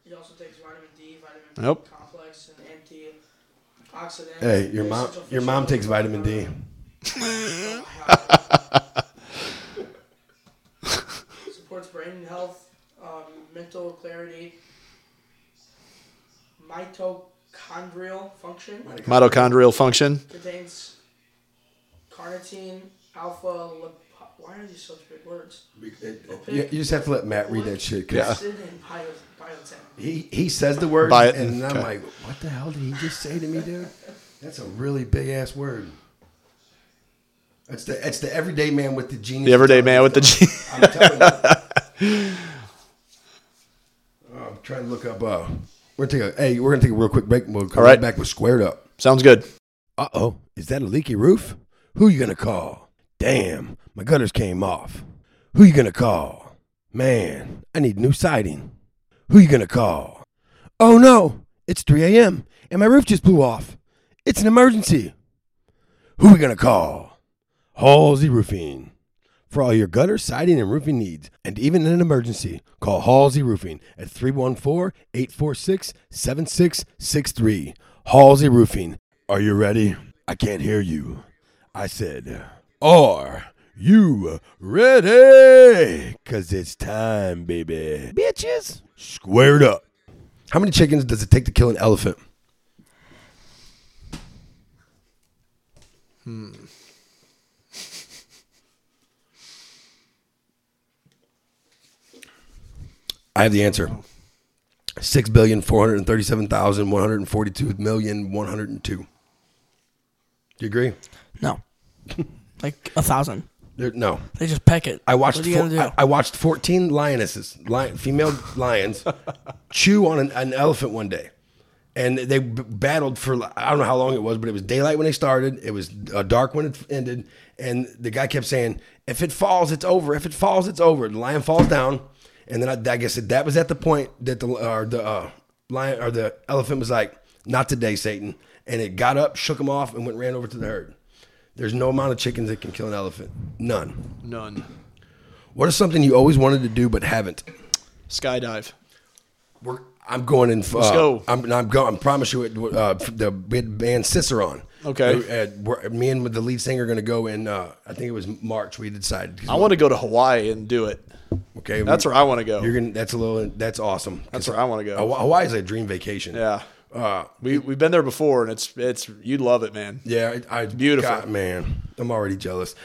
S4: He also takes vitamin D, vitamin
S5: Nope.
S4: B complex, and antioxidant.
S1: Hey, your mom,
S4: Essential
S1: your
S4: for
S1: mom
S4: sure.
S1: takes vitamin D.
S4: Supports brain health, um, mental clarity, mitochondrial function.
S5: mitochondrial function.
S4: Contains carnitine, alpha. Lip- why are these such big words?
S1: You, you just have to let Matt read that shit. 'cause
S5: Yeah.
S4: Acid and bio- biotin.
S1: He he says the word,
S5: Buy it.
S1: and I'm
S5: Okay.
S1: like, what the hell did he just say to me, dude? That's a really big ass word. That's the it's the everyday man with the genius.
S5: The everyday man with the G.
S1: I'm telling you.
S5: (laughs)
S1: Oh, I'm trying to look up. Uh, we're gonna take a hey. We're gonna take a real quick break. and We'll come
S5: All right.
S1: right back with squared up.
S5: (laughs) Sounds good.
S1: Uh oh, is that a leaky roof? Who you gonna call? Damn, my gutters came off. Who you gonna call? Man, I need new siding. Who you gonna call? Oh no, it's 3 a.m. and my roof just blew off. It's an emergency. Who we gonna call? Halsey Roofing. For all your gutter, siding, and roofing needs, and even in an emergency, call Halsey Roofing at 314 846 7663. Halsey Roofing. Are you ready? I can't hear you. I said, Are you ready? Because it's time, baby. Bitches. Squared up. How many chickens does it take to kill an elephant? I have the answer. Six billion four hundred thirty-seven thousand one hundred forty-two million one hundred two. Do you agree?
S4: No, like a thousand.
S1: There, no,
S4: They just peck it.
S1: I watched.
S4: What are you
S1: four-
S4: gonna do?
S1: I, I watched fourteen lionesses, lion, female
S4: (laughs)
S1: lions, chew on an, an elephant one day, and they b- battled for li- I don't know how long it was, but it was daylight when they started. It was uh, dark when it f- ended, and the guy kept saying, "If it falls, it's over. If it falls, it's over." The lion falls down, and then I, I guess that that was at the point that the or the uh, lion or the elephant was like, "Not today, Satan," and it got up, shook him off, and went ran over to the herd. There's no amount of chickens that can kill an elephant. None.
S5: None.
S1: What is something you always wanted to do but haven't?
S5: Skydive.
S1: We're, I'm going in. Uh, Let's
S5: go.
S1: I'm, I'm going. I promise you, it, uh, the big band Ciceron.
S5: Okay.
S1: Uh, we're- me and the lead singer are going to go in. Uh, I think it was March. We decided.
S5: I want to go to Hawaii and do it.
S1: okay.
S5: That's
S1: we,
S5: where I want to go.
S1: You're gonna. That's a little. That's awesome.
S5: That's where I wanna go.
S1: Hawa- Hawaii is a dream vacation.
S5: Yeah.
S1: Uh,
S5: We we've been there before, and it's it's you'd love it, man.
S1: yeah. I, I (laughs)
S5: Beautiful.
S1: God, man. I'm already jealous.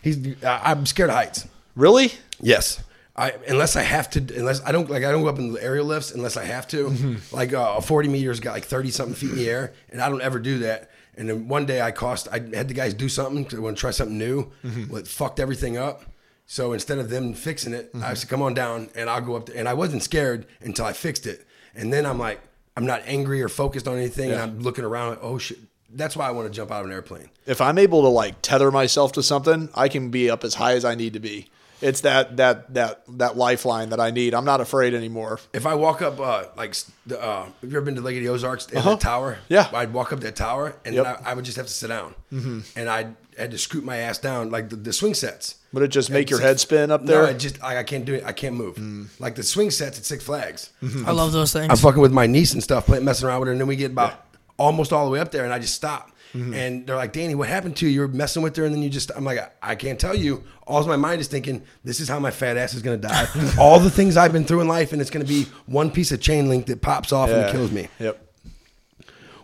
S1: He's. I, I'm scared of heights.
S5: Really?
S1: Yes. I, unless I have to, unless I don't like, I don't go up in the aerial lifts unless I have to. Like uh, a forty meter's got like thirty something feet in the air, and I don't ever do that. And then one day I cost, I had the guys do something 'cause I want to try something new. Well, it fucked everything up. So instead of them fixing it, I said, "Come on down," and I'll go up there. And I wasn't scared until I fixed it, and then I'm like, I'm not angry or focused on anything, and I'm looking around. Like, oh shit! That's why I want to jump out of an airplane.
S5: If I'm able to like tether myself to something, I can be up as high as I need to be. It's that that that that lifeline that I need. I'm not afraid anymore.
S1: If I walk up, uh, like, s- the, uh, have you ever been to Lake of the Ozarks in
S5: Uh-huh.
S1: that tower?
S5: Yeah.
S1: I'd walk up that tower and
S5: Yep.
S1: then I, I would just have to sit down. Mm-hmm. And I had to scoot my ass down, like the, the swing sets.
S5: Would it just make
S1: At
S5: your
S1: Six-
S5: head spin up
S1: No,
S5: there? Mm.
S1: I just, I, I can't do it. I can't move. Like the swing sets at Six Flags.
S4: I love those things.
S1: I'm fucking with my niece and stuff, playing, messing around with her, and then we get about almost all the way up there, and I just stop.
S5: Mm-hmm.
S1: And they're like, "Danny, what happened to you? You were messing with her, and then you just..." I'm like, "I- "I can't tell you." All my mind is thinking, "This is how my fat ass is gonna
S5: (laughs)
S1: die. all the things I've been through in life, and it's gonna be one piece of chain link that pops off and
S5: Yeah.
S1: it kills me."
S5: Yep.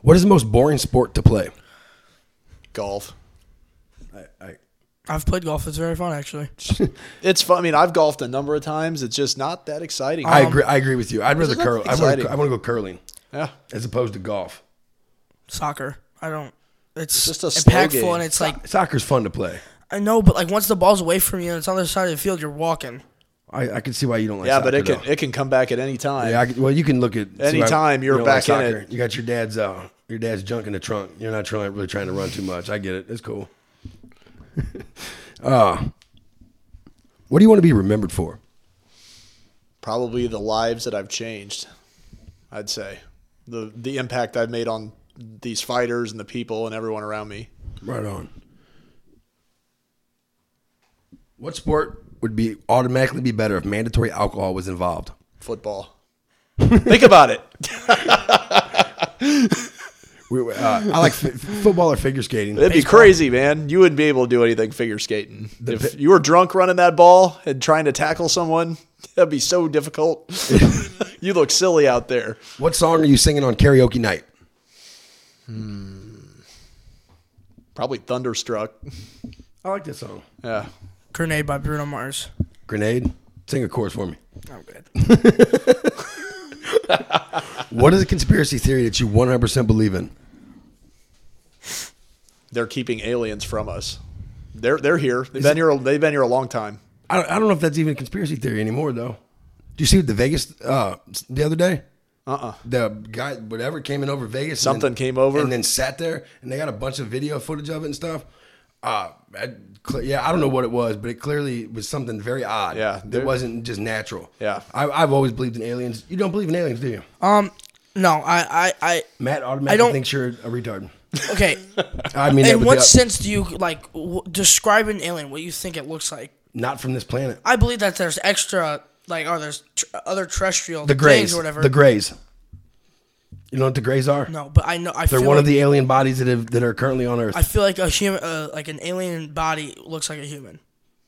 S1: What is the most boring sport to play?
S5: Golf.
S1: I,
S4: I've played golf. It's very fun, actually.
S5: It's fun. I mean, I've golfed a number of times. It's just not that exciting.
S1: I agree. I agree with you. I'd rather
S5: There's nothing
S1: curl. I want
S5: um, exciting.
S1: to. I want to go curling
S5: yeah.
S1: as opposed to golf.
S4: Soccer. I don't. It's,
S5: It's just a slow
S4: impactful,
S5: game.
S4: and it's like
S1: Soccer's fun to play.
S4: I know, but like once the ball's away from you and it's on the other side of the field, you're walking.
S1: I, I can see why you don't like.
S5: Yeah, but
S1: soccer,
S5: it can
S1: though.
S5: it can come back at any time.
S1: Yeah, I could, well, you can look at see why
S5: Anytime you're
S1: you don't
S5: back in
S1: soccer.
S5: it.
S1: You got your dad's uh, your dad's junk in the trunk. You're not trying really trying to run too much. I get it. It's cool. (laughs) uh, what do you want to be remembered for?
S5: Probably the lives that I've changed. I'd say the the impact I've made on these fighters and the people and everyone around me.
S1: Right on. What sport would be automatically be better if mandatory alcohol was involved? (laughs)
S5: Football. Think about it.
S1: We, uh, I like f- football or figure skating.
S5: It'd be crazy, man. You wouldn't be able to do anything figure skating. If you were drunk running that ball and trying to tackle someone, that'd be
S1: (laughs)
S5: so difficult. you look silly out there.
S1: What song are you singing on karaoke night?
S5: Probably thunderstruck.
S1: I like that song.
S5: Yeah.
S4: Grenade by Bruno Mars.
S1: Grenade. Sing a chorus for me.
S4: I'm good. (laughs)
S1: What is a conspiracy theory that you 100% believe in?
S5: They're keeping aliens from us. They're they're here. They've been here they've been here a long time.
S1: I don't, I don't know if that's even a conspiracy theory anymore, though. Do you see the Vegas uh, s- the other day?
S5: Uh-uh.
S1: The guy, whatever, came in over Vegas. and
S5: Something
S1: then-
S5: came over.
S1: and then sat there, and they got a bunch of video footage of it and stuff. Uh, I, cl- yeah, I don't know what it was, but it clearly was something very odd.
S5: Yeah,
S1: that
S5: there-
S1: wasn't just natural.
S5: Yeah.
S1: I, I've always believed in aliens. You don't believe in aliens, do you?
S4: Um, no, I, I,
S1: Matt automatically
S4: don't-
S1: thinks you're a retard.
S4: I
S5: (laughs)
S4: okay.
S1: I (laughs) mean, that
S4: In
S1: with
S4: what
S1: the-
S4: sense do you like w- describe an alien? What you think it looks like?
S1: not from this planet.
S4: I believe that there's extra, like, or there's tr- other terrestrial
S1: The
S4: things
S1: Greys,
S4: or whatever.
S1: the Greys. You know what the Greys are?
S4: no, but I know I
S1: They're
S4: feel
S1: one
S4: like,
S1: of the alien bodies that have, that are currently on Earth.
S4: I feel like a human, uh, like an alien body looks like a human.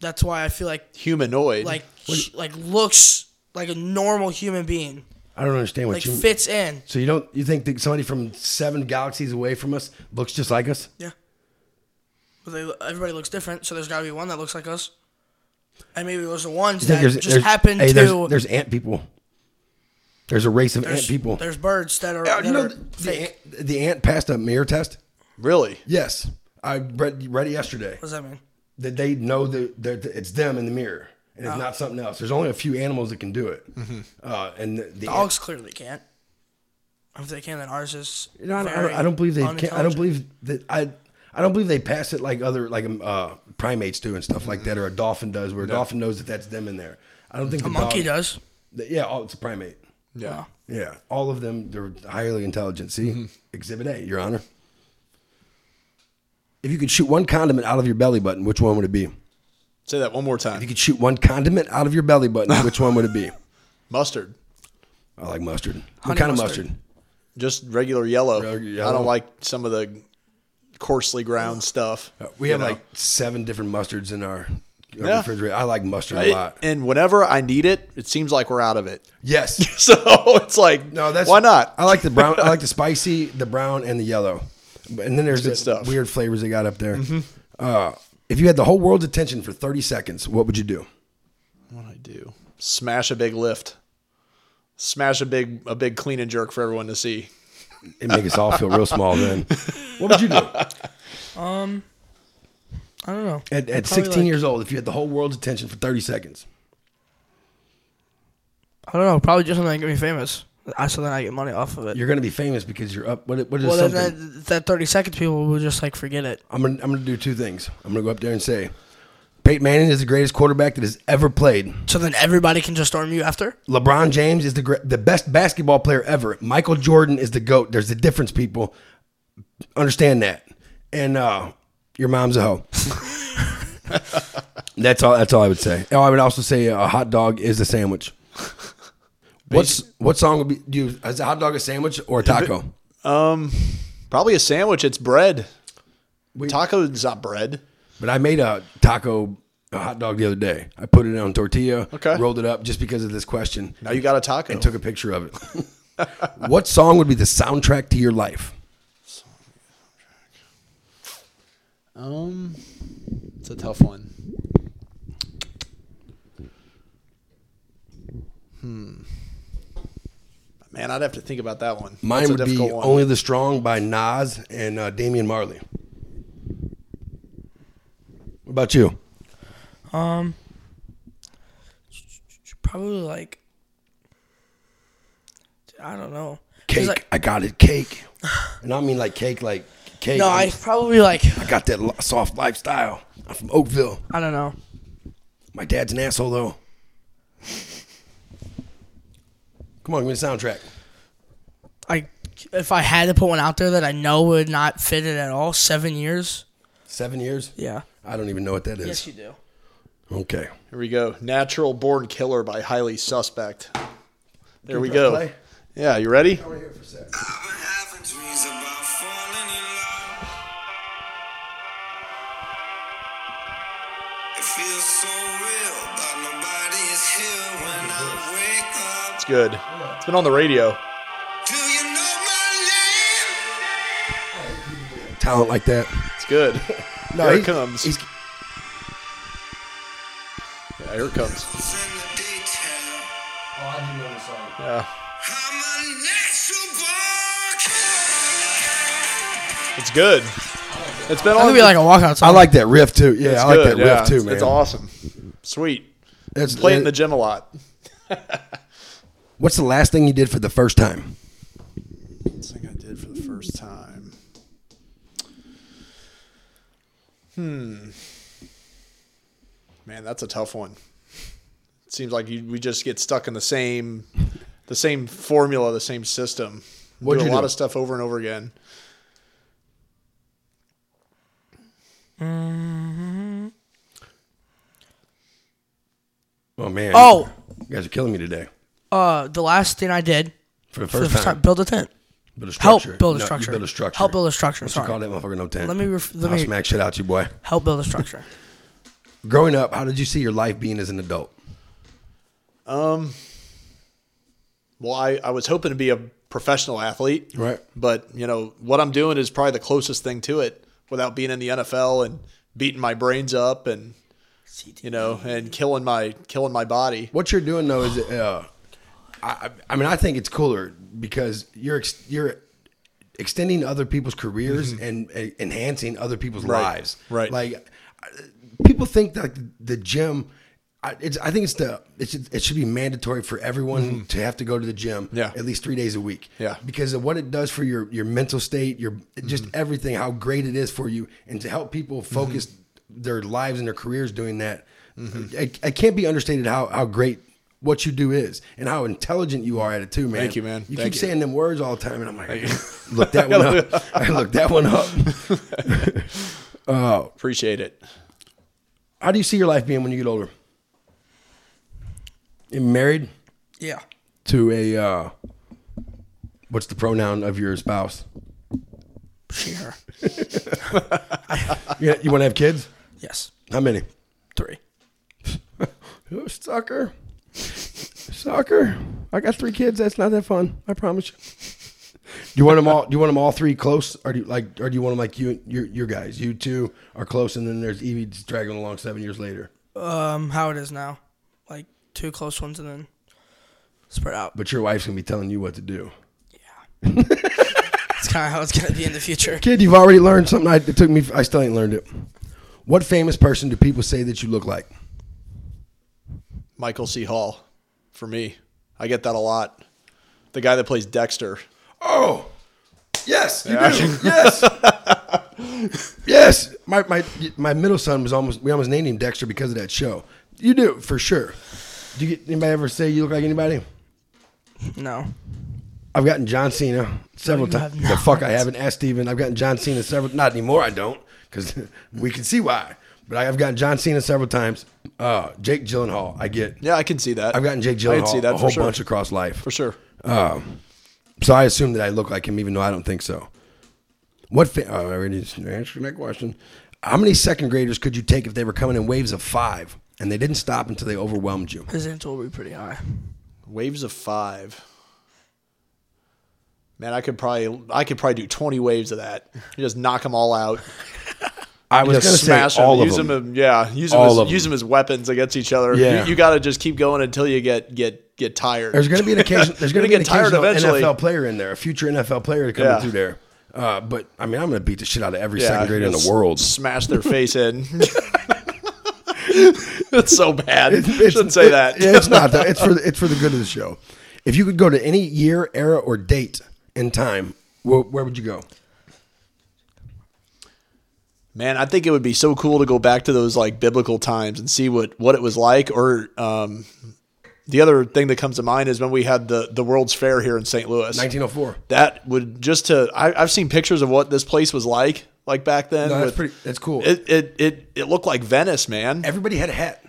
S4: That's why I feel like
S5: Humanoid.
S4: like sh- like looks like a normal human being,
S1: I don't understand what
S4: like
S1: you.
S4: fits in.
S1: so you don't you think that somebody from seven galaxies away from us looks just like us?
S4: Yeah. But they, everybody looks different, so there's got to be one that looks like us. And maybe those are ones
S1: You think
S4: that just happen
S1: hey,
S4: to.
S1: There's, there's ant people. There's a race of ant
S4: there's-
S1: people.
S4: There's birds that are.
S1: Uh,
S4: that
S1: you know
S4: are
S1: the, the,
S4: fake.
S1: ant, the ant passed a mirror test.
S5: really?
S1: Yes, I read read it yesterday
S4: What does that mean?
S1: that they know that they're- that it's them in the mirror and
S4: Oh.
S1: it's not something else. There's only a few animals that can do it.
S4: Mm-hmm.
S1: Uh, and the, the ant-
S4: Dogs clearly can't. If they can, then ours is.
S1: You know, I, don't- I, don't,
S4: very
S1: I don't believe they. Can, I don't
S4: unintelligent.
S1: believe that. I I don't believe they pass it like other like um, uh, primates do and stuff like that, or a dolphin does, where a dolphin knows that that's them in there. I don't think
S4: A monkey does.
S1: does. Yeah, oh, it's a primate.
S5: Yeah.
S1: Yeah, all of them they're highly intelligent. See, Exhibit A, Your Honor. If you could shoot one condiment out of your belly button, which one would it be? If
S5: Say that one more
S1: you
S5: time.
S1: could shoot one condiment out of your belly (laughs) button, which one would it be?
S5: Mustard.
S1: I like mustard. what
S4: Honey
S1: kind
S4: mustard.
S1: of mustard?
S5: Just regular yellow.
S1: Regular
S5: I
S1: yellow.
S5: don't like some of the coarsely ground stuff.
S1: We
S5: you
S1: have
S5: know.
S1: like seven different mustards in our, our
S5: Yeah.
S1: refrigerator. I like mustard a
S5: I-
S1: lot.
S5: and whenever I need it, it seems like we're out of it. (laughs)
S4: (laughs)
S1: yes.
S5: So it's like,
S1: No, that's
S5: why not?
S1: I like the brown. I like
S4: (laughs)
S1: the spicy, the brown, and the yellow. And then there's the
S5: stuff.
S1: weird
S4: Mm-hmm.
S1: flavors they got up there. Uh, if you had the whole world's attention for 30 seconds, what would you do?
S5: do? Smash a big lift. Smash a big a big clean and jerk for everyone to see.
S1: It makes us all feel real small
S4: (laughs)
S1: then. What would you do
S4: Um, I don't know.
S1: at, at
S4: Probably
S1: 16
S4: like-
S1: years old if you had the whole world's attention for 30 seconds?
S4: I don't know. Probably just something that can be famous. I so then I get money off of it.
S1: You're going to be famous because you're up. What, what is
S4: well, then
S1: something?
S4: that, that thirty seconds people will just like forget it.
S1: I'm gonna I'm gonna do two things. I'm gonna go up there and say, Peyton Manning is the greatest quarterback that has ever played.
S4: So then everybody can just storm you after.
S1: LeBron James is the gre- the best basketball player ever. Michael Jordan is the goat. There's a difference, people. Understand that. And uh, your mom's a hoe. (laughs) that's all. That's all I would say. Oh, I would also say a hot dog is a sandwich. What's what song would be? Do you, is a hot dog a sandwich or a taco?
S5: Um, probably a sandwich. It's bread.
S1: We-
S5: Taco is not bread.
S1: But I made a taco a hot dog the other day. I put it on tortilla,
S5: Okay.
S1: rolled it up just because of this question.
S5: Now you got a taco.
S1: and took a picture of it. (laughs) what song would be the soundtrack to your life?
S5: Um, it's a tough one. Hmm. Hmm. Man, I'd have to think about that one.
S1: Mine
S5: That's a
S1: would be
S5: difficult one.
S1: Only the Strong by Nas and uh, Damian Marley. What about you?
S4: Um, probably like I don't know. 'Cause,
S1: Cake.
S4: like-
S1: I got it. Cake. and I mean like cake, like cake.
S4: no, I probably like
S1: I got that lo- soft lifestyle. I'm from Oakville.
S4: I don't know.
S1: My dad's an asshole, though. Come on, give me the soundtrack.
S4: I if I had to put one out there that I know would not fit it at all, seven years.
S1: Seven years?
S4: Yeah.
S1: I don't even know what that is.
S4: Yes, you do.
S1: okay.
S5: Here we go. Natural Born Killer by Highly Suspect. There we
S1: press
S5: go.
S1: play.
S5: Yeah, you ready?
S6: I've been having dreams about falling in love. It feels so real that nobody is here when I wake up.
S5: It's good. It's been on the radio.
S6: Do you know my name?
S1: Talent like that.
S5: It's good.
S1: No,
S5: here
S1: he-
S5: it comes.
S1: he's-
S5: yeah, here it comes.
S6: It's in the detail.
S5: Yeah,
S6: I'm a natural born killer.
S5: it's good. It's been
S4: That
S5: on.
S4: would be like a walkout
S1: I
S4: song.
S1: like that riff too. Yeah,
S5: (laughs) it's
S1: I like
S5: good,
S1: that
S5: yeah.
S1: riff too, man.
S5: It's awesome. Sweet.
S1: That's-
S5: Play it in the gym a lot.
S1: What's the last thing you did for the first time?
S5: thing I did for the first time. Hmm. Hmm. Man, that's a tough one. It seems like you, we just get stuck in the same, the same formula, the same system.
S1: What'd
S5: do a
S1: you
S5: lot
S1: do?
S5: of stuff over and over again.
S1: Oh man.
S4: Oh.
S1: you guys are killing me today.
S4: Uh, the last thing I did
S1: For the
S4: for the
S1: first,
S4: first
S1: time,
S4: time, build a tent.
S1: build a
S4: Help
S1: structure.
S4: build a
S1: No, you
S4: structure.
S1: Build a structure.
S4: Help build a structure.
S1: What you
S4: sorry.
S1: call that motherfucker no tent?
S4: Let me ref- let
S1: I'll
S4: me-
S1: smack shit out you, boy.
S4: Help build
S1: (laughs)
S4: a structure.
S1: Growing up, how did you see your life being as an adult?
S5: Well, I, I was hoping to be a professional athlete.
S1: Right.
S5: But, you know, what I'm doing is probably the closest thing to it without being in the NFL and beating my brains up and you know, and killing my killing my body.
S1: What you're doing though is, uh, I, I- I mean, I think it's cooler because you're ex- you're extending other people's careers and uh, enhancing other people's lives.
S5: Mm-hmm. right.
S1: Like I- people think that the gym. I, it's, I think it's the it should, it should be mandatory for everyone to have to go to the gym
S5: Mm-hmm. Yeah.
S1: at least three days a week
S5: Yeah. Mm-hmm.
S1: because of what it does for your your mental state your just everything how great it is for you and to help people focus their lives and their careers doing that
S5: Mm-hmm.
S1: it, it can't be understated how how great what you do is and how intelligent you are at it too man
S5: Thank you, man.
S1: you
S5: Thank
S1: keep
S5: you.
S1: saying them words all the time and I'm like (laughs) look that one
S5: (laughs)
S1: up I look that one up
S5: Appreciate it.
S1: how do you see your life being when you get older you married
S4: Yeah.
S1: to a uh, what's the pronoun of your spouse
S4: She her.
S1: (laughs) you, you want to have kids
S4: Yes.
S1: how many (laughs)
S4: Three.
S1: Oh, sucker. Sucker. I got three kids. That's not that fun. I promise you. Do you want them all? Do you want them all three close, or do you like, or do you want them like you, your, your guys? You two are close, and then there's Evie just dragging along seven years later.
S4: Um, how it is now, like two close ones, and then spread out.
S1: But your wife's gonna be telling you what to do.
S4: That's kind of how it's gonna be in
S1: (laughs)
S4: the future.
S1: Kid, you've already learned something. I, it took me. I still ain't learned it. What famous person do people say that you look like?
S5: Michael C. Hall, for me, I get that a lot. The guy that plays Dexter.
S1: Oh, yes, you do. Yes, (laughs) yes. My my my middle son was almost. We almost named him Dexter because of that show. You do for sure. Do you get anybody ever say you look like anybody?
S4: No,
S1: I've gotten John Cena several
S4: you
S1: times.
S4: have
S1: The
S4: not.
S1: fuck, I haven't asked Steven. I've gotten John Cena several. Not anymore. I don't because (laughs) we can see why. But I have gotten John Cena several times. Uh, Jake Gyllenhaal, I get.
S5: Yeah, I can see that.
S1: I've gotten Jake
S5: I can
S1: Gyllenhaal
S5: see that
S1: a
S5: for
S1: whole
S5: sure.
S1: bunch across life.
S5: for sure.
S1: So I assume that I look like him, even though I don't think so. What? Fa- oh, I already just answered that question. How many second graders could you take if they were coming in waves of five and they didn't stop until they overwhelmed you?
S4: his answer will be pretty high.
S5: Waves of five. Man, I could probably I could probably do twenty waves of that. You just knock them all out.
S1: I was going to
S5: Just
S1: say
S5: smash
S1: all
S5: them.
S1: of
S5: Use
S1: them.
S5: them. Yeah, use them,
S1: All
S5: as,
S1: of 'em.
S5: use them as weapons against each other.
S1: Yeah.
S5: You, you got to just keep going until you get get get tired.
S1: There's going to be
S5: (laughs)
S1: an occasion. There's going to
S5: You're
S1: be an
S5: gonna get tired
S1: occasional
S5: eventually.
S1: NFL player in there, a future NFL player coming
S5: Yeah.
S1: through there. Uh, but I mean, I'm going to beat the shit out of every
S5: Yeah,
S1: second grader in the
S5: just
S1: world.
S5: Smash
S1: (laughs)
S5: their face in. (laughs) That's so bad. (laughs) Shouldn't say
S1: it-
S5: that.
S1: It's not. That. It's for it's for the good of the show. If you could go to any year, era, or date in time, where, where would you go?
S5: Man, I think it would be so cool to go back to those like biblical times and see what what it was like. Or um, the other thing that comes to mind is when we had the the World's Fair here in St. Louis.
S1: 1904.
S5: That would just to I, I've seen pictures of what this place was like like back then.
S1: No, that's
S5: with-
S1: pretty- that's cool.
S5: It it it, it looked like Venice, man.
S1: Everybody had a hat.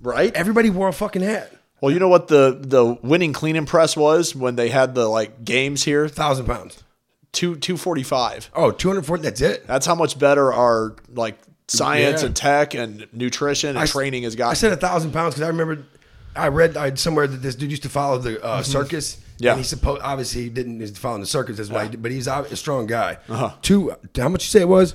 S5: right?
S1: Everybody wore a fucking hat.
S5: well, you know what the the winning cleaning press was when they had the like games here
S1: Thousand pounds.
S5: two two forty five.
S1: Oh, 240. That's it.
S5: That's how much better our like science
S1: Yeah.
S5: and tech and nutrition and
S1: I s-
S5: training has gotten.
S1: I said a thousand pounds because I remember I read I somewhere that this dude used to follow the uh, circus.
S5: Mm-hmm. Yeah.
S1: And he supposed obviously he didn't he's following the circus that's why he did, but he's ob- a strong guy. Uh-huh. Two. How much you say it was?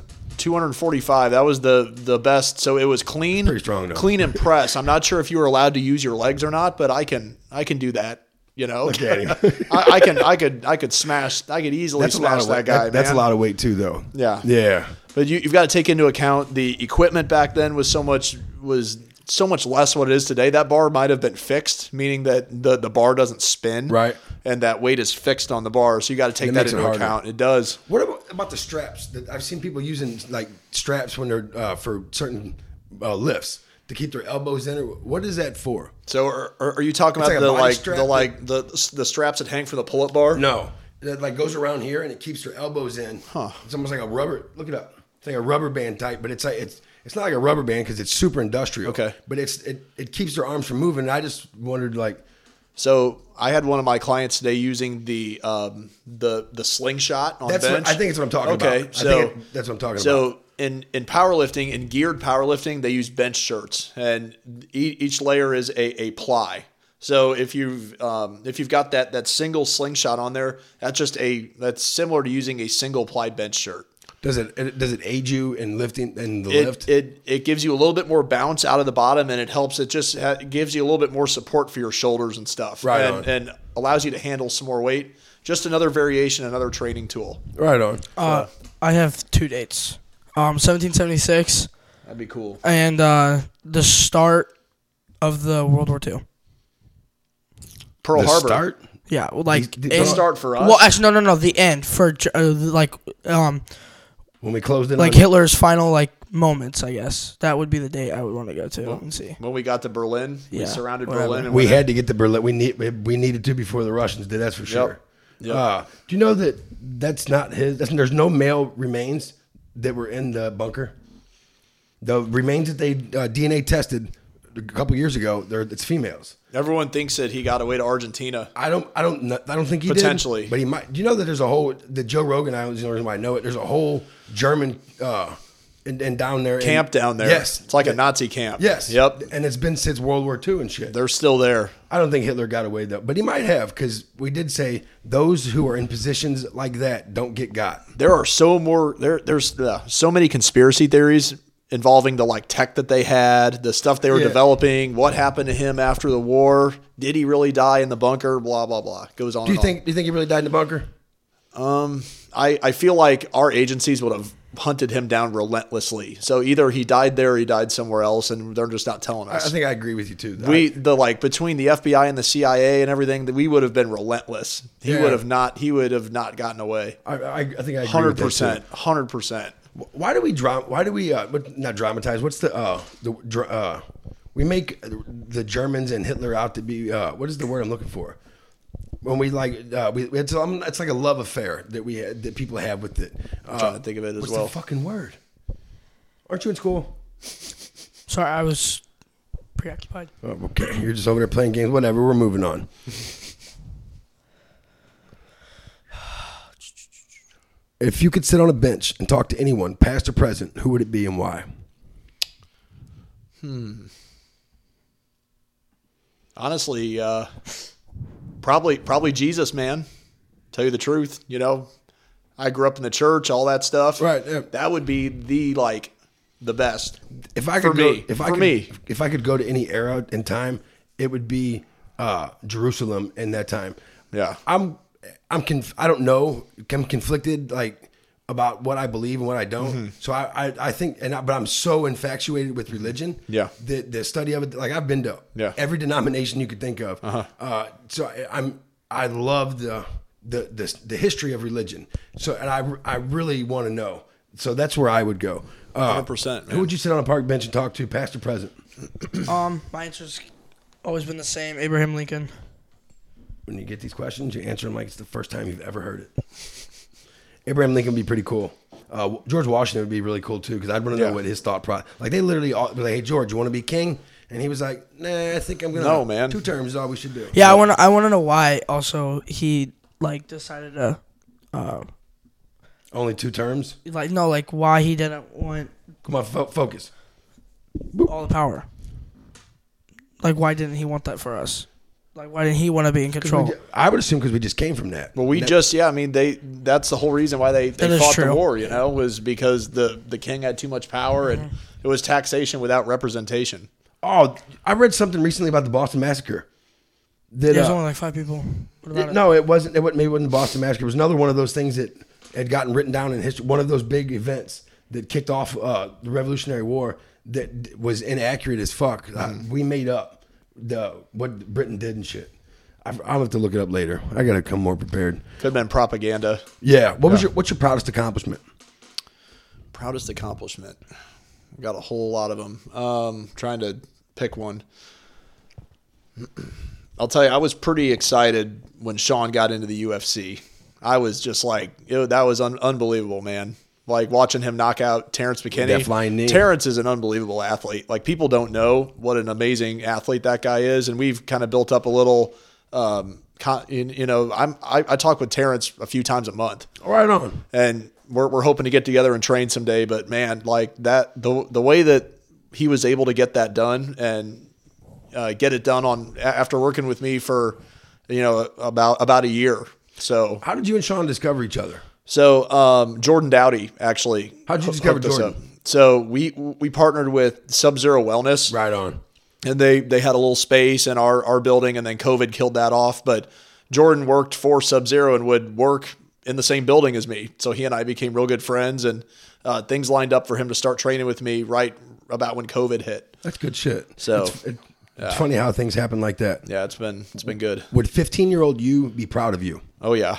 S5: 245. That was the the best. So it was clean,
S1: Pretty strong, though.
S5: clean and press. I'm not sure if you were allowed to use your legs or not, but I can I can do that. You know,
S1: at him.
S5: (laughs) I, I can I could I could smash I could easily
S1: That's a lot
S5: smash
S1: of
S5: that
S1: weight.
S5: guy.
S1: That- that's a
S5: man.
S1: lot of weight too, though.
S5: Yeah.
S1: Yeah.
S5: But you, you've got to take into account the equipment back then was so much was so much less what it is today. That bar might have been fixed, meaning that the the bar doesn't spin,
S1: Right.
S5: And that weight is fixed on the bar, so you got to take
S1: It
S5: that
S1: makes it
S5: into
S1: harder.
S5: account. It does.
S1: What about, about the straps? That I've seen people using like straps when they're uh, for certain uh, lifts to keep their elbows in. Or what is that for?
S5: So are, are are you talking
S1: It's like a
S5: about the
S1: body
S5: like
S1: strap
S5: the
S1: that-
S5: like the the straps that hang from the pull up bar?
S1: No, that like goes around here and it keeps their elbows in. Huh. It's almost like a rubber. Look it up. It's like a rubber band type, but it's like it's it's not like a rubber band because it's super industrial.
S5: Okay.
S1: But it's it, it keeps their arms from moving. And I just wondered like,
S5: So I had one of my clients today using the um, the the slingshot on
S1: That's
S5: the
S1: what-
S5: bench.
S1: I think it's what I'm talking
S5: okay,
S1: about. I
S5: so
S1: think it- that's what I'm talking
S5: so in in powerlifting, in geared powerlifting, they use bench shirts, and e- each layer is a, a ply. So if you've um, if you've got that that single slingshot on there, that's just a that's similar to using a single ply bench shirt.
S1: does it, it does it aid you in lifting in the lift?
S5: It, it it gives you a little bit more bounce out of the bottom, and it helps. It just ha- it gives you a little bit more support for your shoulders and stuff,
S1: Right
S5: And,
S1: on.
S5: and allows you to handle some more weight. Just another variation, another training tool.
S1: right on.
S4: Uh, I have two dates. Um, 1776
S5: That'd be cool.
S4: and uh, the start of the World War II.
S5: Pearl
S1: The
S5: Harbor.
S1: start.
S4: Yeah, well, like
S1: The- the
S4: in-
S5: start for us?
S4: Well, actually, no, no, no. The end for Ge- uh, like um
S1: When we closed in,
S4: like
S1: on,
S4: Hitler's final like moments. I guess that would be the date I would want to go to and see.
S5: When we got to Berlin, we
S4: Yeah,
S5: surrounded
S4: whatever.
S5: Berlin. And
S1: we
S5: went-
S1: had to get the Berlin. We need we needed to before the Russians did. That's for sure.
S5: Yep.
S1: Uh, do you know that that's not his? That's, there's no male remains that were in the bunker. The remains that they uh, DNA tested a couple years ago, they're, it's females.
S5: everyone thinks that he got away to Argentina.
S1: I don't, I don't, kn- I don't think he did,
S5: Potentially.
S1: but he might. Do you know that there's a whole the Joe Rogan? I was the only reason why I know it. There's a whole German uh, and, and down there in-
S5: Camp down there.
S1: Yes,
S5: it's like a Nazi camp.
S1: Yes.
S5: Yep.
S1: And it's been since World War II and shit.
S5: They're still there.
S1: I don't think Hitler got away though, but he might have because we did say those who are in positions like that don't get got.
S5: there are so more there there's uh, so many conspiracy theories involving the like tech that they had, the stuff they were
S1: Yeah.
S5: developing, what happened to him after the war, did he really die in the bunker, blah blah blah. Goes on.
S1: Do you
S5: and on.
S1: think? Do you think he really died in the bunker?
S5: I, I feel like our agencies would have hunted him down relentlessly. So either he died there, or he died somewhere else, and they're just not telling
S1: I, I
S5: us.
S1: think I agree with you too.
S5: we the like between the FBI and the CIA and everything that we would have been relentless. He
S1: Yeah.
S5: would have not. He would have not gotten away.
S1: I, I, I think I agree.
S5: Hundred
S1: with that,
S5: percent. Hundred percent.
S1: too. Why do we drama? Why do we uh, what- not dramatize? What's the uh, the dra- uh, we make the Germans and Hitler out to be uh, what is the word I'm looking for? When we like uh, we it's, um, it's like a love affair that we that people have with it. Uh,
S5: trying to think of it as
S1: what's
S5: well.
S1: the fucking word? Aren't you in school?
S4: Sorry, I was
S1: (laughs)
S4: preoccupied.
S1: Oh, okay, you're just over there playing games. Whatever. We're moving on. (sighs) if you could sit on a bench and talk to anyone, past or present, who would it be and why?
S5: Honestly, uh, probably probably Jesus, man. Tell you the truth, you know, I grew up in the church, all that stuff.
S1: Right, yeah.
S5: That would be the like the best.
S1: If I
S5: For
S1: could go,
S5: me.
S1: if I
S5: For
S1: could,
S5: me.
S1: if I could go to any era in time, it would be uh, Jerusalem in that time.
S5: Yeah.
S1: I'm, I'm conf- I don't know. I'm conflicted like about what I believe and what I don't.
S5: Mm-hmm.
S1: So I, I, I think, and I, but I'm so infatuated with religion.
S5: Yeah.
S1: The the study of it, like I've been to
S5: Yeah.
S1: every denomination you could think of. Uh-huh. so I, I'm, I love the. The, the the history of religion. So and I I really want to know. So that's where I would go. Uh,
S5: 100%,
S1: Who would you sit on a park bench and talk to, past or present?
S4: Um, my answer's always been the same. Abraham Lincoln.
S1: When you get these questions, you answer them like it's the first time you've ever heard it. Abraham Lincoln would be pretty cool. Uh, George Washington would be really cool too because I'd want to
S5: Yeah.
S1: know what his thought process. Like they literally all, were like, "Hey George, you want to be king?" And he was like, "Nah, I think I'm gonna
S5: No, man.
S1: Two terms is all we should do."
S4: Yeah, I want to. I want to know why. Also, he like decided to, uh,
S1: only two terms.
S4: like no, like why he didn't want
S1: Come on, fo- focus.
S4: all the power. Like why didn't he want that for us? Like why didn't he want to be in
S1: 'Cause
S4: control?
S1: we ju- I would assume because we just came from that.
S5: Well, we
S1: That-
S5: just yeah, I mean they that's the whole reason why they,
S4: That
S5: they
S4: is
S5: fought the
S4: true.
S5: war, you know, was because the the king had too much power and it was taxation without representation.
S1: Oh, I read something recently about the Boston Massacre. That,
S4: There's
S1: uh,
S4: only like five people. What about
S1: It-
S4: it?
S1: no, it wasn't. It wasn't, maybe it wasn't the Boston Massacre. It was another one of those things that had gotten written down in history. One of those big events that kicked off uh, the Revolutionary War that d- was inaccurate as fuck. Uh, we made up the what Britain did and shit. I, I'll have to look it up later. I gotta come more prepared.
S5: Could have been propaganda.
S1: Yeah. What was your What's your proudest accomplishment?
S5: Proudest accomplishment. Got a whole lot of them. Um, trying to pick one. (clears throat) I'll tell you, I was pretty excited when Sean got into the UFC. I was just like, yo, that was un- unbelievable, man. Like watching him knock out Terrence McKinney.
S1: That flying knee.
S5: Terrence is an unbelievable athlete. Like people don't know what an amazing athlete that guy is, and we've kind of built up a little. Um, con- you you know, I'm I, I talk with Terrence a few times a month
S1: All right, on.
S5: and we're, we're hoping to get together and train someday. But man, like that, the the way that he was able to get that done and uh, get it done on a- after working with me for you know about about a year. So
S1: How did you and Sean discover each other?
S5: so um, Jordan Dowdy actually.
S1: How'd you
S5: hoo-
S1: discover
S5: hooked us
S1: Jordan?
S5: up. So we we partnered with Sub Zero Wellness
S1: Right on.
S5: and they they had a little space in our our building, and then COVID killed that off. But Jordan worked for Sub Zero and would work in the same building as me, so he and I became real good friends, and uh, things lined up for him to start training with me right about when COVID hit.
S1: That's good shit.
S5: So-
S1: it's, it- it's funny how things happen like that.
S5: Yeah, it's been it's been good.
S1: Would 15 year old you be proud of you?
S5: Oh yeah,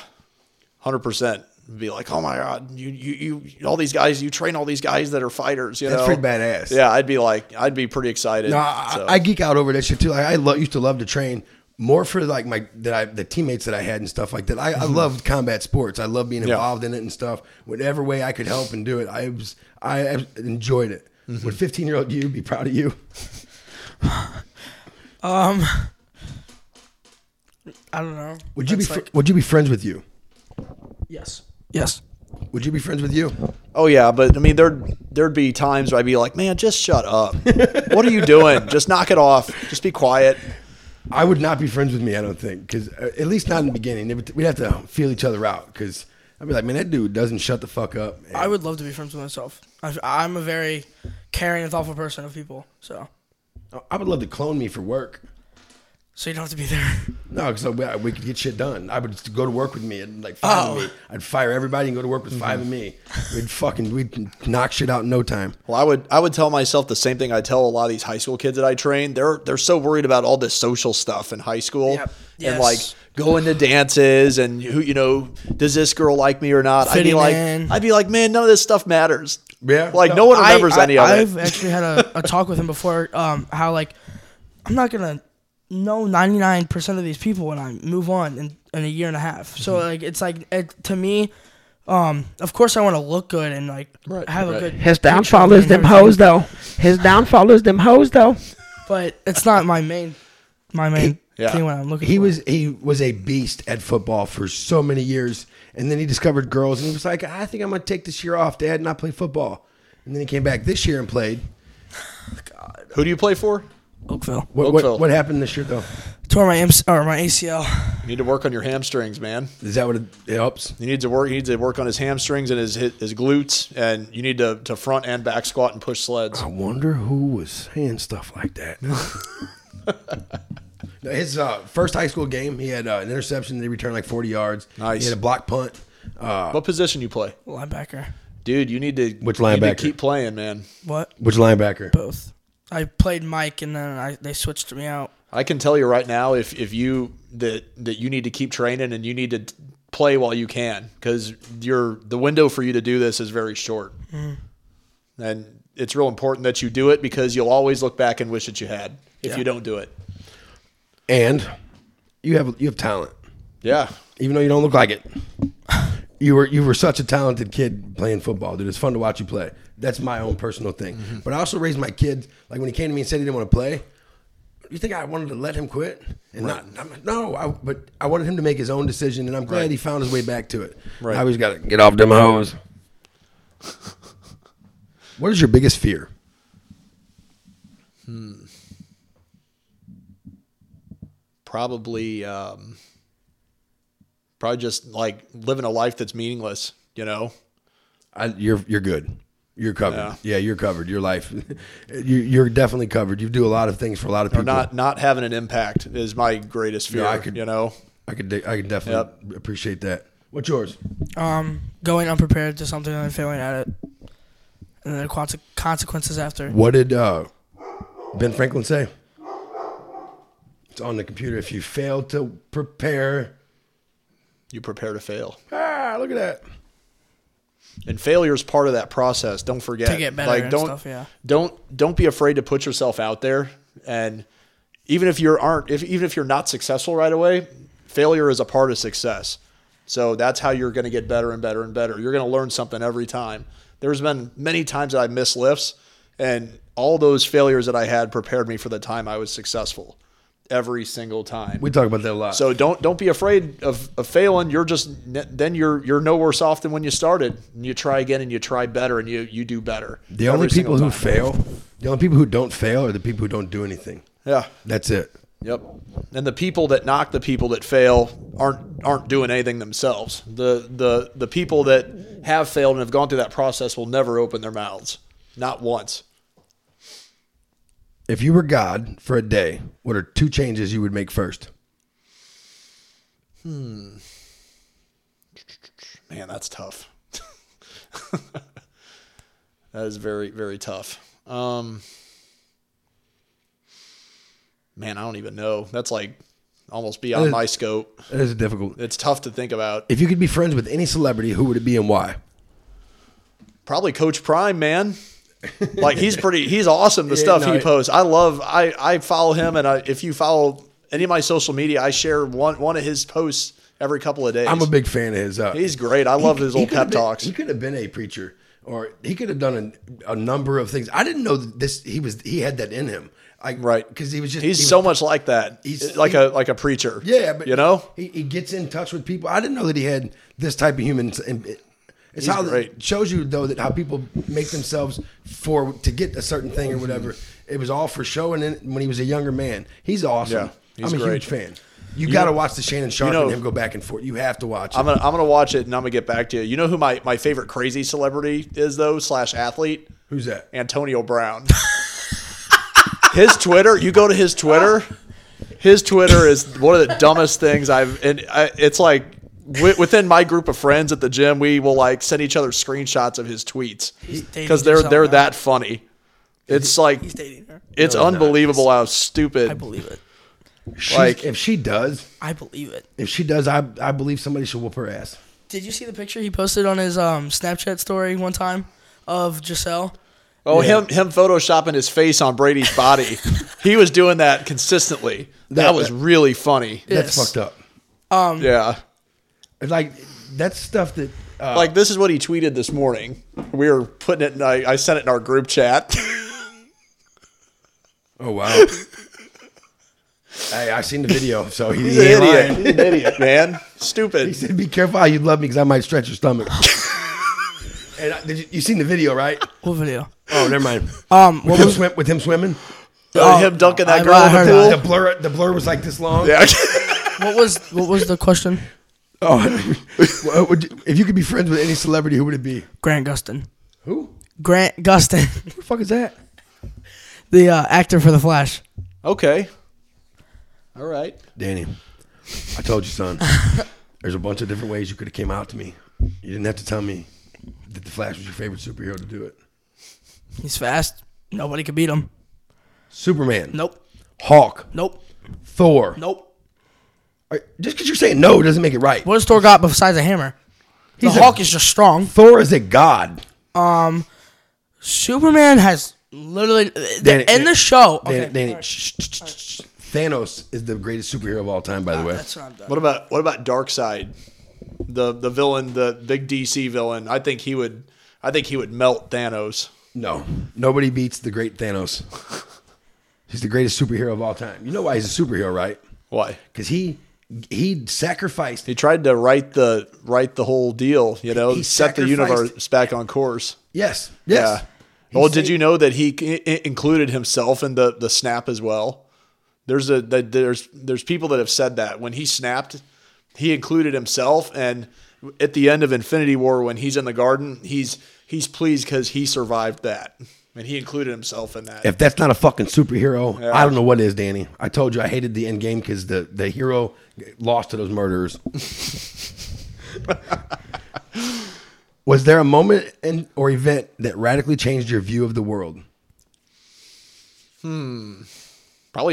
S5: hundred percent. Be like, oh my god, you you you all these guys, you train all these guys that are fighters. You
S1: That's
S5: know,
S1: pretty badass.
S5: Yeah, I'd be like, I'd be pretty excited.
S1: No, I,
S5: So,
S1: I geek out over that shit too. Like, I lo- used to love to train more for like my that I the teammates that I had and stuff like that. I,
S4: Mm-hmm.
S1: I loved combat sports. I loved being
S5: Yeah.
S1: involved in it and stuff. Whatever way I could help and do it, I was I ab- enjoyed it.
S4: Mm-hmm.
S1: Would fifteen year old you be proud of you?
S4: Um, I don't know.
S1: Would you be
S4: That's
S1: fr-
S4: like-
S1: Would you be friends with you?
S4: yes, yes.
S1: Would you be friends with you?
S5: Oh yeah, but I mean there'd there'd be times where I'd be like, Man, just shut up. what are you doing? Just knock it off. Just be quiet.
S1: I uh, would not be friends with me. I don't think because at least not in the beginning. They would- We'd have to feel each other out because I'd be like, man, that dude doesn't shut the fuck up.
S4: I would love to be friends with myself. I, I'm a very caring and thoughtful person of people, so
S1: I would love to clone me for work.
S4: so you don't have to be there.
S1: No, because we, uh, we could get shit done. I would just go to work with me and like five
S4: Oh.
S1: of me. I'd fire everybody and go to work with five of me. We'd fucking we'd knock shit out in no time.
S5: Well, I would I would tell myself the same thing I tell a lot of these high school kids that I train. They're they're so worried about all this social stuff in high school
S4: Yep.
S5: and
S4: Yes.
S5: like going to dances and who you know does this girl like me or not? I'd be
S4: Fitting
S5: like
S4: in.
S5: I'd be like man, none of this stuff matters.
S1: Yeah.
S5: like no (laughs) one remembers
S4: I,
S5: any
S4: I,
S5: of
S4: I've
S5: it.
S4: actually had a, a talk with him before. Um, how like I'm not gonna know 99 percent of these people when I move on in, in a year and a half. So like it's like it, to me, um, of course I want to look good and like have a good.
S7: His
S4: picture of
S7: downfall
S4: me
S7: is
S4: and
S7: them
S4: everything,
S7: hoes, though. His downfall is them hoes, though.
S4: But it's not my main, my main
S5: Yeah.
S4: thing when I'm looking.
S1: He
S4: for.
S1: was he was a beast at football for so many years, and then he discovered girls, and he was like, I think I'm gonna take this year off, Dad, and not play football. And then he came back this year and played.
S5: Who do you play for?
S4: Oakville.
S1: What what,
S5: Oakville.
S1: what happened this year though?
S4: Tore my MC, or my ACL.
S5: You need to work on your hamstrings, man.
S1: Is that what it, it helps?
S5: He needs to work. He needs to work on his hamstrings and his his, his glutes, and you need to, to front and back squat and push sleds.
S1: I wonder who was saying stuff like that. No, (laughs) His uh, first high school game, he had uh, an interception. They returned like 40 yards.
S5: Nice.
S1: He had a block punt. Uh,
S5: What position you play,
S4: Linebacker.
S5: dude? You need to
S1: Which
S5: you need to
S1: linebacker?
S5: keep playing, man.
S4: What?
S1: which linebacker?
S4: Both. I played Mike and then I, they switched me out.
S5: I can tell you right now, if if you that that you need to keep training and you need to t- play while you can, because your the window for you to do this is very short,
S1: Mm-hmm.
S5: and it's real important that you do it because you'll always look back and wish that you had if you don't do it.
S1: And you have you have talent,
S5: Yeah,
S1: even though you don't look like it. You were you were such a talented kid playing football, dude. It's fun to watch you play. That's my own personal thing.
S5: Mm-hmm.
S1: But I also raised my kids. Like when he came to me and said he didn't want to play, you think I wanted to let him quit and not? I'm like, no, I, but I wanted him to make his own decision, and I'm glad he found his way back to it.
S5: Right.
S1: Now he's got to get off them
S5: (laughs)
S1: hoes. what is your biggest fear?
S5: probably um, probably just like living a life that's meaningless. You know,
S1: I, you're you're good. You're covered.
S5: Yeah.
S1: Yeah, you're covered. Your life, (laughs) you, you're definitely covered. You do a lot of things for a lot of
S5: or
S1: people.
S5: not not having an impact is my greatest fear.
S1: No, I could-
S5: you know,
S1: I could de- I could definitely appreciate that. What's yours?
S4: Um, going unprepared to something and failing at it, and then the quanti- consequences after.
S1: What did uh, Ben Franklin say? It's on the computer. If you fail to prepare,
S5: you prepare to fail.
S1: ah, look at that.
S5: and failure is part of that process. Don't forget
S4: To get better and
S5: don't
S4: stuff, yeah.
S5: don't don't be afraid to put yourself out there. And even if you aren't, if even if you're not successful right away, failure is a part of success. So that's how you're going to get better and better and better. You're going to learn something every time. There's been many times that I missed lifts, and all those failures that I had prepared me for the time I was successful. Every single time.
S1: We talk about that a lot.
S5: So don't don't be afraid of, of failing. You're just then you're you're no worse off than when you started. And you try again and you try better and you you do better.
S1: the only
S5: every single
S1: people who
S5: time.
S1: fail, the only people who don't fail, are the people who don't do anything.
S5: Yeah.
S1: That's it.
S5: Yep. And the people that knock the people that fail aren't aren't doing anything themselves. The the the people that have failed and have gone through that process will never open their mouths. Not once.
S1: If you were God for a day, what are two changes you would make first?
S5: Man, that's tough. (laughs) that is very, very tough. Um, man, I don't even know. That's like almost beyond
S1: Uh,
S5: my scope.
S1: That is difficult.
S5: It's tough to think about.
S1: If you could be friends with any celebrity, who would it be and why?
S5: Probably Coach Prime, man. Like he's pretty. He's awesome. The stuff
S1: no,
S5: he
S1: it-
S5: posts, I love. I I follow him, and I, if you follow any of my social media, I share one one of his posts every couple of days.
S1: I'm a big fan of his. Uh,
S5: he's great. I love
S1: he-
S5: his
S1: he
S5: old
S1: could have
S5: pep
S1: been-
S5: talks.
S1: He could have been a preacher, or he could have done a, a number of things. I didn't know that this. He was he had that in him, I,
S5: Right.
S1: Because he was just
S5: he's
S1: he was-
S5: so much like that.
S1: he's-
S5: He's like
S1: he-
S5: a like a preacher.
S1: Yeah, but
S5: you know,
S1: he, he gets in touch with people. I didn't know that he had this type of human. and it- It's
S5: He's
S1: how
S5: great.
S1: it shows you though that how people make themselves for to get a certain thing or whatever. It was all for show. And then when he was a younger man, he's awesome.
S5: Yeah, he's
S1: I'm a
S5: great.
S1: huge fan. You, got to watch the Shannon Sharp
S5: know-
S1: and him go back and forth. You have to watch. It.
S5: I'm gonna I'm gonna watch it and I'm gonna get back to you. You know who my, my favorite crazy celebrity is though slash athlete
S1: Who's that?
S5: Antonio
S1: (laughs)
S5: Brown. his Twitter. You go to his Twitter. His Twitter is one of the dumbest things I've and I, it's like wi- within my group of friends at the gym we will like send each other screenshots of his tweets
S4: dating
S5: because they're
S4: himself
S5: they're
S4: now.
S5: that funny. It's like
S4: He's dating her.
S5: it's unbelievable how stupid.
S4: I believe it.
S1: She's-
S5: like-
S1: if she does,
S4: I believe it.
S1: if she does, I I believe somebody should whoop her ass.
S4: Did you see the picture he posted on his um, Snapchat story one time of Giselle?
S5: Oh, him him photoshopping his face on Brady's (laughs) body. he was doing that consistently. That,
S1: That-
S5: was really funny.
S1: That's
S4: Yes.
S1: fucked up.
S5: Yeah.
S1: It's Like that's stuff that uh,
S5: like this is what he tweeted this morning. We were putting it in I, I sent it in our group chat. (laughs)
S1: Oh wow. (laughs) hey, I seen the video, so he,
S5: He's
S1: he ain't
S5: an idiot.
S1: lying.
S5: He's an idiot, man. Stupid.
S1: He said, "Be careful how you love me, because I might stretch your
S5: (laughs)
S1: stomach." and I, did you, you seen the video, right?
S4: What video?
S1: Oh, never mind.
S4: Um,
S1: With
S4: what
S1: him,
S4: was
S1: swim, with him swimming,
S5: Oh, him dunking that
S4: I
S5: girl in
S4: heard
S5: the
S1: the
S5: (laughs) pool.
S1: blur, the blur was like this long.
S5: Yeah.
S4: what was what was the question?
S1: Oh, (laughs) what would you- if you could be friends with any celebrity, who would it be?
S4: Grant Gustin.
S1: Who?
S4: Grant Gustin, (laughs)
S1: Who the fuck is that?
S4: the uh, actor for The Flash.
S5: okay. All right.
S1: Danny, I told you,
S4: (laughs)
S1: son. there's a bunch of different ways you could have came out to me. You didn't have to tell me that the Flash was your favorite superhero to do it.
S4: He's fast. Nobody could beat him.
S1: Superman,
S4: Nope.
S1: Hawk,
S4: Nope.
S1: Thor.
S4: Nope.
S1: Are- Just because you're saying no doesn't make it right.
S4: What does Thor got besides a hammer? The
S1: He's a-
S4: Hulk is just strong.
S1: Thor is a god.
S4: Superman has literally uh, the,
S1: Danny-
S4: in the show.
S1: Danny,
S4: Okay,
S1: Danny,
S4: alright.
S1: shh, shh, shh, shh. Thanos is the greatest superhero of all time, by the way.
S4: Ah, That's what I'm done.
S5: What about what about Darkseid? The the villain, the big DC villain. I think he would I think he would melt Thanos.
S1: No, nobody beats the great
S4: (laughs)
S1: Thanos. he's the greatest superhero of all time. You know why he's a superhero, right?
S5: Why?
S1: Because he he sacrificed.
S5: He tried to write the write the whole deal, you know,
S1: He
S5: set the
S1: sacrificed-
S5: universe back on course.
S1: Yes, yes. He
S5: Well, did
S1: saved-
S5: you know that he i- i- included himself in the the snap as well? There's a that there's there's people that have said that when he snapped, he included himself, and at the end of Infinity War, when he's in the garden, he's he's pleased because he survived that, and he included himself in that.
S1: If that's not a fucking superhero, I don't know what is, Danny. I told you I hated the end game because the the hero lost to those murderers.
S5: (laughs)
S1: Was there a moment in, or event that radically changed your view of the world?
S5: Probably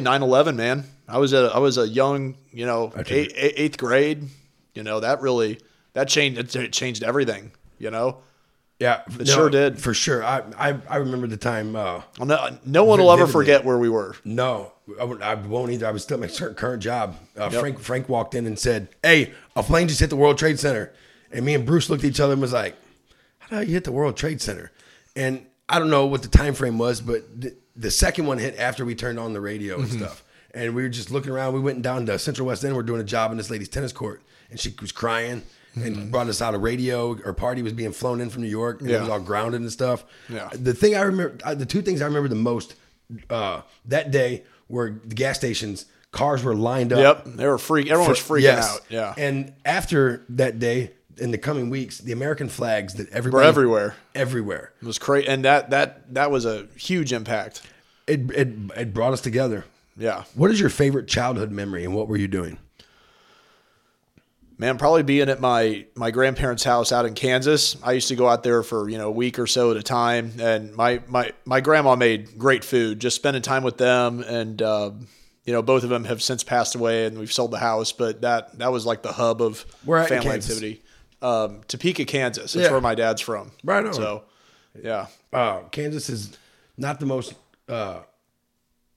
S5: 9-11, man. I was a I was a young, you know,
S1: I
S5: eight,
S1: think-
S5: eight- eighth grade. You know that really that changed it changed everything. You know,
S1: Yeah,
S5: It sure did.
S1: for sure. I I, I remember the time. Uh,
S5: no, no one will ever
S1: Vividly.
S5: forget where we were.
S1: no, I, won't- I won't either. I was still at my cur- current job. Uh, Frank Frank walked in and said, "Hey, a plane just hit the World Trade Center," and me and Bruce looked at each other and was like, "How did you hit the World Trade Center?" And I don't know what the time frame was, but th- the second one hit after we turned on the radio
S5: Mm-hmm.
S1: and stuff. And we were just looking around. We went down to Central West End. We're doing a job in this lady's tennis court, and she was crying. And brought us out a radio. Her party was being flown in from New York. And
S5: Mm-hmm. Yeah.
S1: It was all grounded and stuff.
S5: Yeah.
S1: The thing I remember, uh, the two things I remember the most uh, that day were the gas stations. Cars were lined up.
S5: Yep, they were freak. Everyone was freaking
S1: Yes.
S5: out. Yeah,
S1: And after that day, in the coming weeks, the American flags that everybody
S5: were everywhere.
S1: Everywhere.
S5: It was crazy, and that that that was a huge impact.
S1: It it it brought us together.
S5: Yeah,
S1: What is your favorite childhood memory, and what were you doing?
S5: man. Probably being at my my grandparents' house out in Kansas. I used to go out there for you know a week or so at a time, and my my my grandma made great food. Just spending time with them, and uh, you know both of them have since passed away, and we've sold the house. But that that was like the hub of
S1: Where at in
S5: family
S1: Kansas?
S5: activity. Um, Topeka, Kansas. That's
S1: Yeah.
S5: where my dad's from.
S1: Right on.
S5: So, yeah.
S1: Uh, Kansas is not the most uh,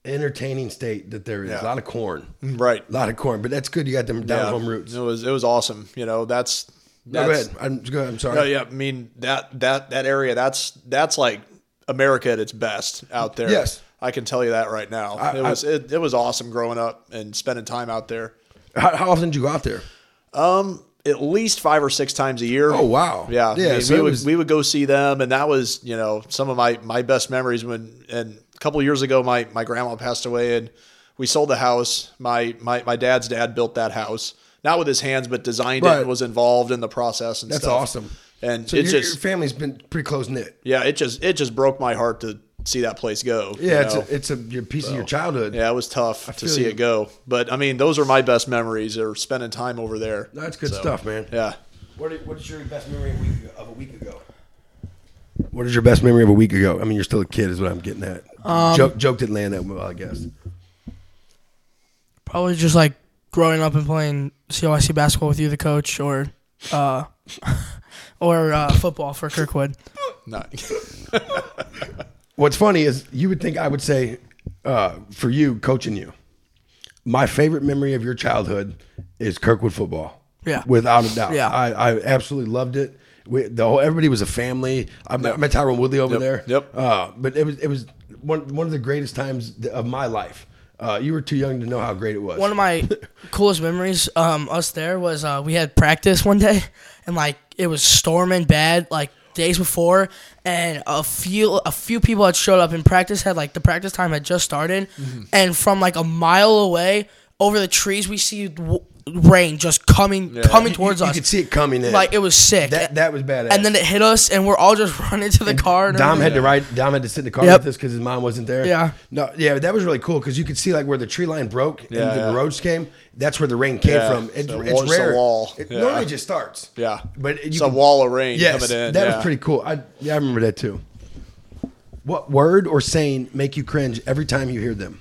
S1: entertaining state that there is.
S5: Yeah.
S1: A lot of corn, a
S5: Right.
S1: lot of corn, but that's good. You got them down
S5: Yeah.
S1: home roots.
S5: It was it was awesome. You know that's.
S1: No, go
S5: that's-
S1: ahead. I'm, go ahead. I'm sorry.
S5: No, Oh, yeah, I mean that that that area. That's that's like America at its best out there.
S1: Yes.
S5: I can tell you that right now. it was it, it was awesome growing up and spending time out there.
S1: How, how often did you go out there?
S5: At least five or six times a year.
S1: Oh, wow.
S5: Yeah,
S1: Yeah,
S5: I mean,
S1: so
S5: we
S1: it
S5: would
S1: was-
S5: we would go see them, and that was you know some of my my best memories when and a couple years ago my my grandma passed away and. We sold the house. My my my dad's dad built that house, not with his hands, but designed it
S1: Right.
S5: and was involved in the process and
S1: That's
S5: stuff.
S1: awesome.
S5: And
S1: So
S5: it
S1: your,
S5: just
S1: your family's been pretty close knit.
S5: yeah, it just it just broke my heart to see that place go. you
S1: Yeah, it's
S5: know?
S1: a, it's a your piece of your childhood.
S5: yeah, it was tough to
S1: feel
S5: see
S1: you.
S5: it go. But I mean, those are my best memories. Are spending time over there.
S1: That's good
S5: So,
S1: stuff, man.
S5: Yeah.
S1: What is, what is your best memory of, week, of a week ago? What is your best memory of a week ago? I mean, you're still a kid, is what I'm getting at. Joke, joke didn't land that well, I guess.
S4: Probably just like growing up and playing CYC basketball with you, the coach, or uh, (laughs) or uh, football for Kirkwood.
S1: (laughs)
S5: Not,
S1: What's funny is you would think I would say, uh, for you, coaching you, my favorite memory of your childhood is Kirkwood football.
S4: Yeah.
S1: Without a doubt.
S4: Yeah.
S1: I, I absolutely loved it. We, the whole everybody was a family. I met, met Tyrone Woodley over
S5: Yep.
S1: there.
S5: Yep.
S1: Uh, but it was it was one one of the greatest times th- of my life. Uh, you were too young to know how great it was.
S4: One of my coolest memories, um, us there was uh, we had practice one day, and like it was storming bad, like days before, and a few a few people had showed up in practice had like the practice time had just started,
S1: Mm-hmm.
S4: and from like a mile away over the trees we see w- rain just coming coming towards
S1: you,
S4: us.
S1: You could see it coming in.
S4: like it was sick.
S1: that that was badass.
S4: and then it hit us, and we're all just (laughs) running to the car. And
S1: Dom
S4: everything.
S1: had to ride. Dom had to sit in the car
S4: Yep.
S1: with us because his mom wasn't there.
S4: Yeah.
S1: No. Yeah, that was really cool because you could see like where the tree line broke and
S5: Yeah,
S1: the
S5: yeah.
S1: roads came. That's where the rain came
S5: Yeah,
S1: from. It,
S5: it's a
S1: it's
S5: wall- it's a
S1: rare.
S5: wall.
S1: It
S5: Yeah.
S1: normally just starts.
S5: yeah.
S1: But you
S5: it's a
S1: can-
S5: wall of rain
S1: Yes,
S5: coming in.
S1: that
S5: yeah.
S1: was pretty cool. I yeah, I remember that too. What word or saying make you cringe every time you hear them?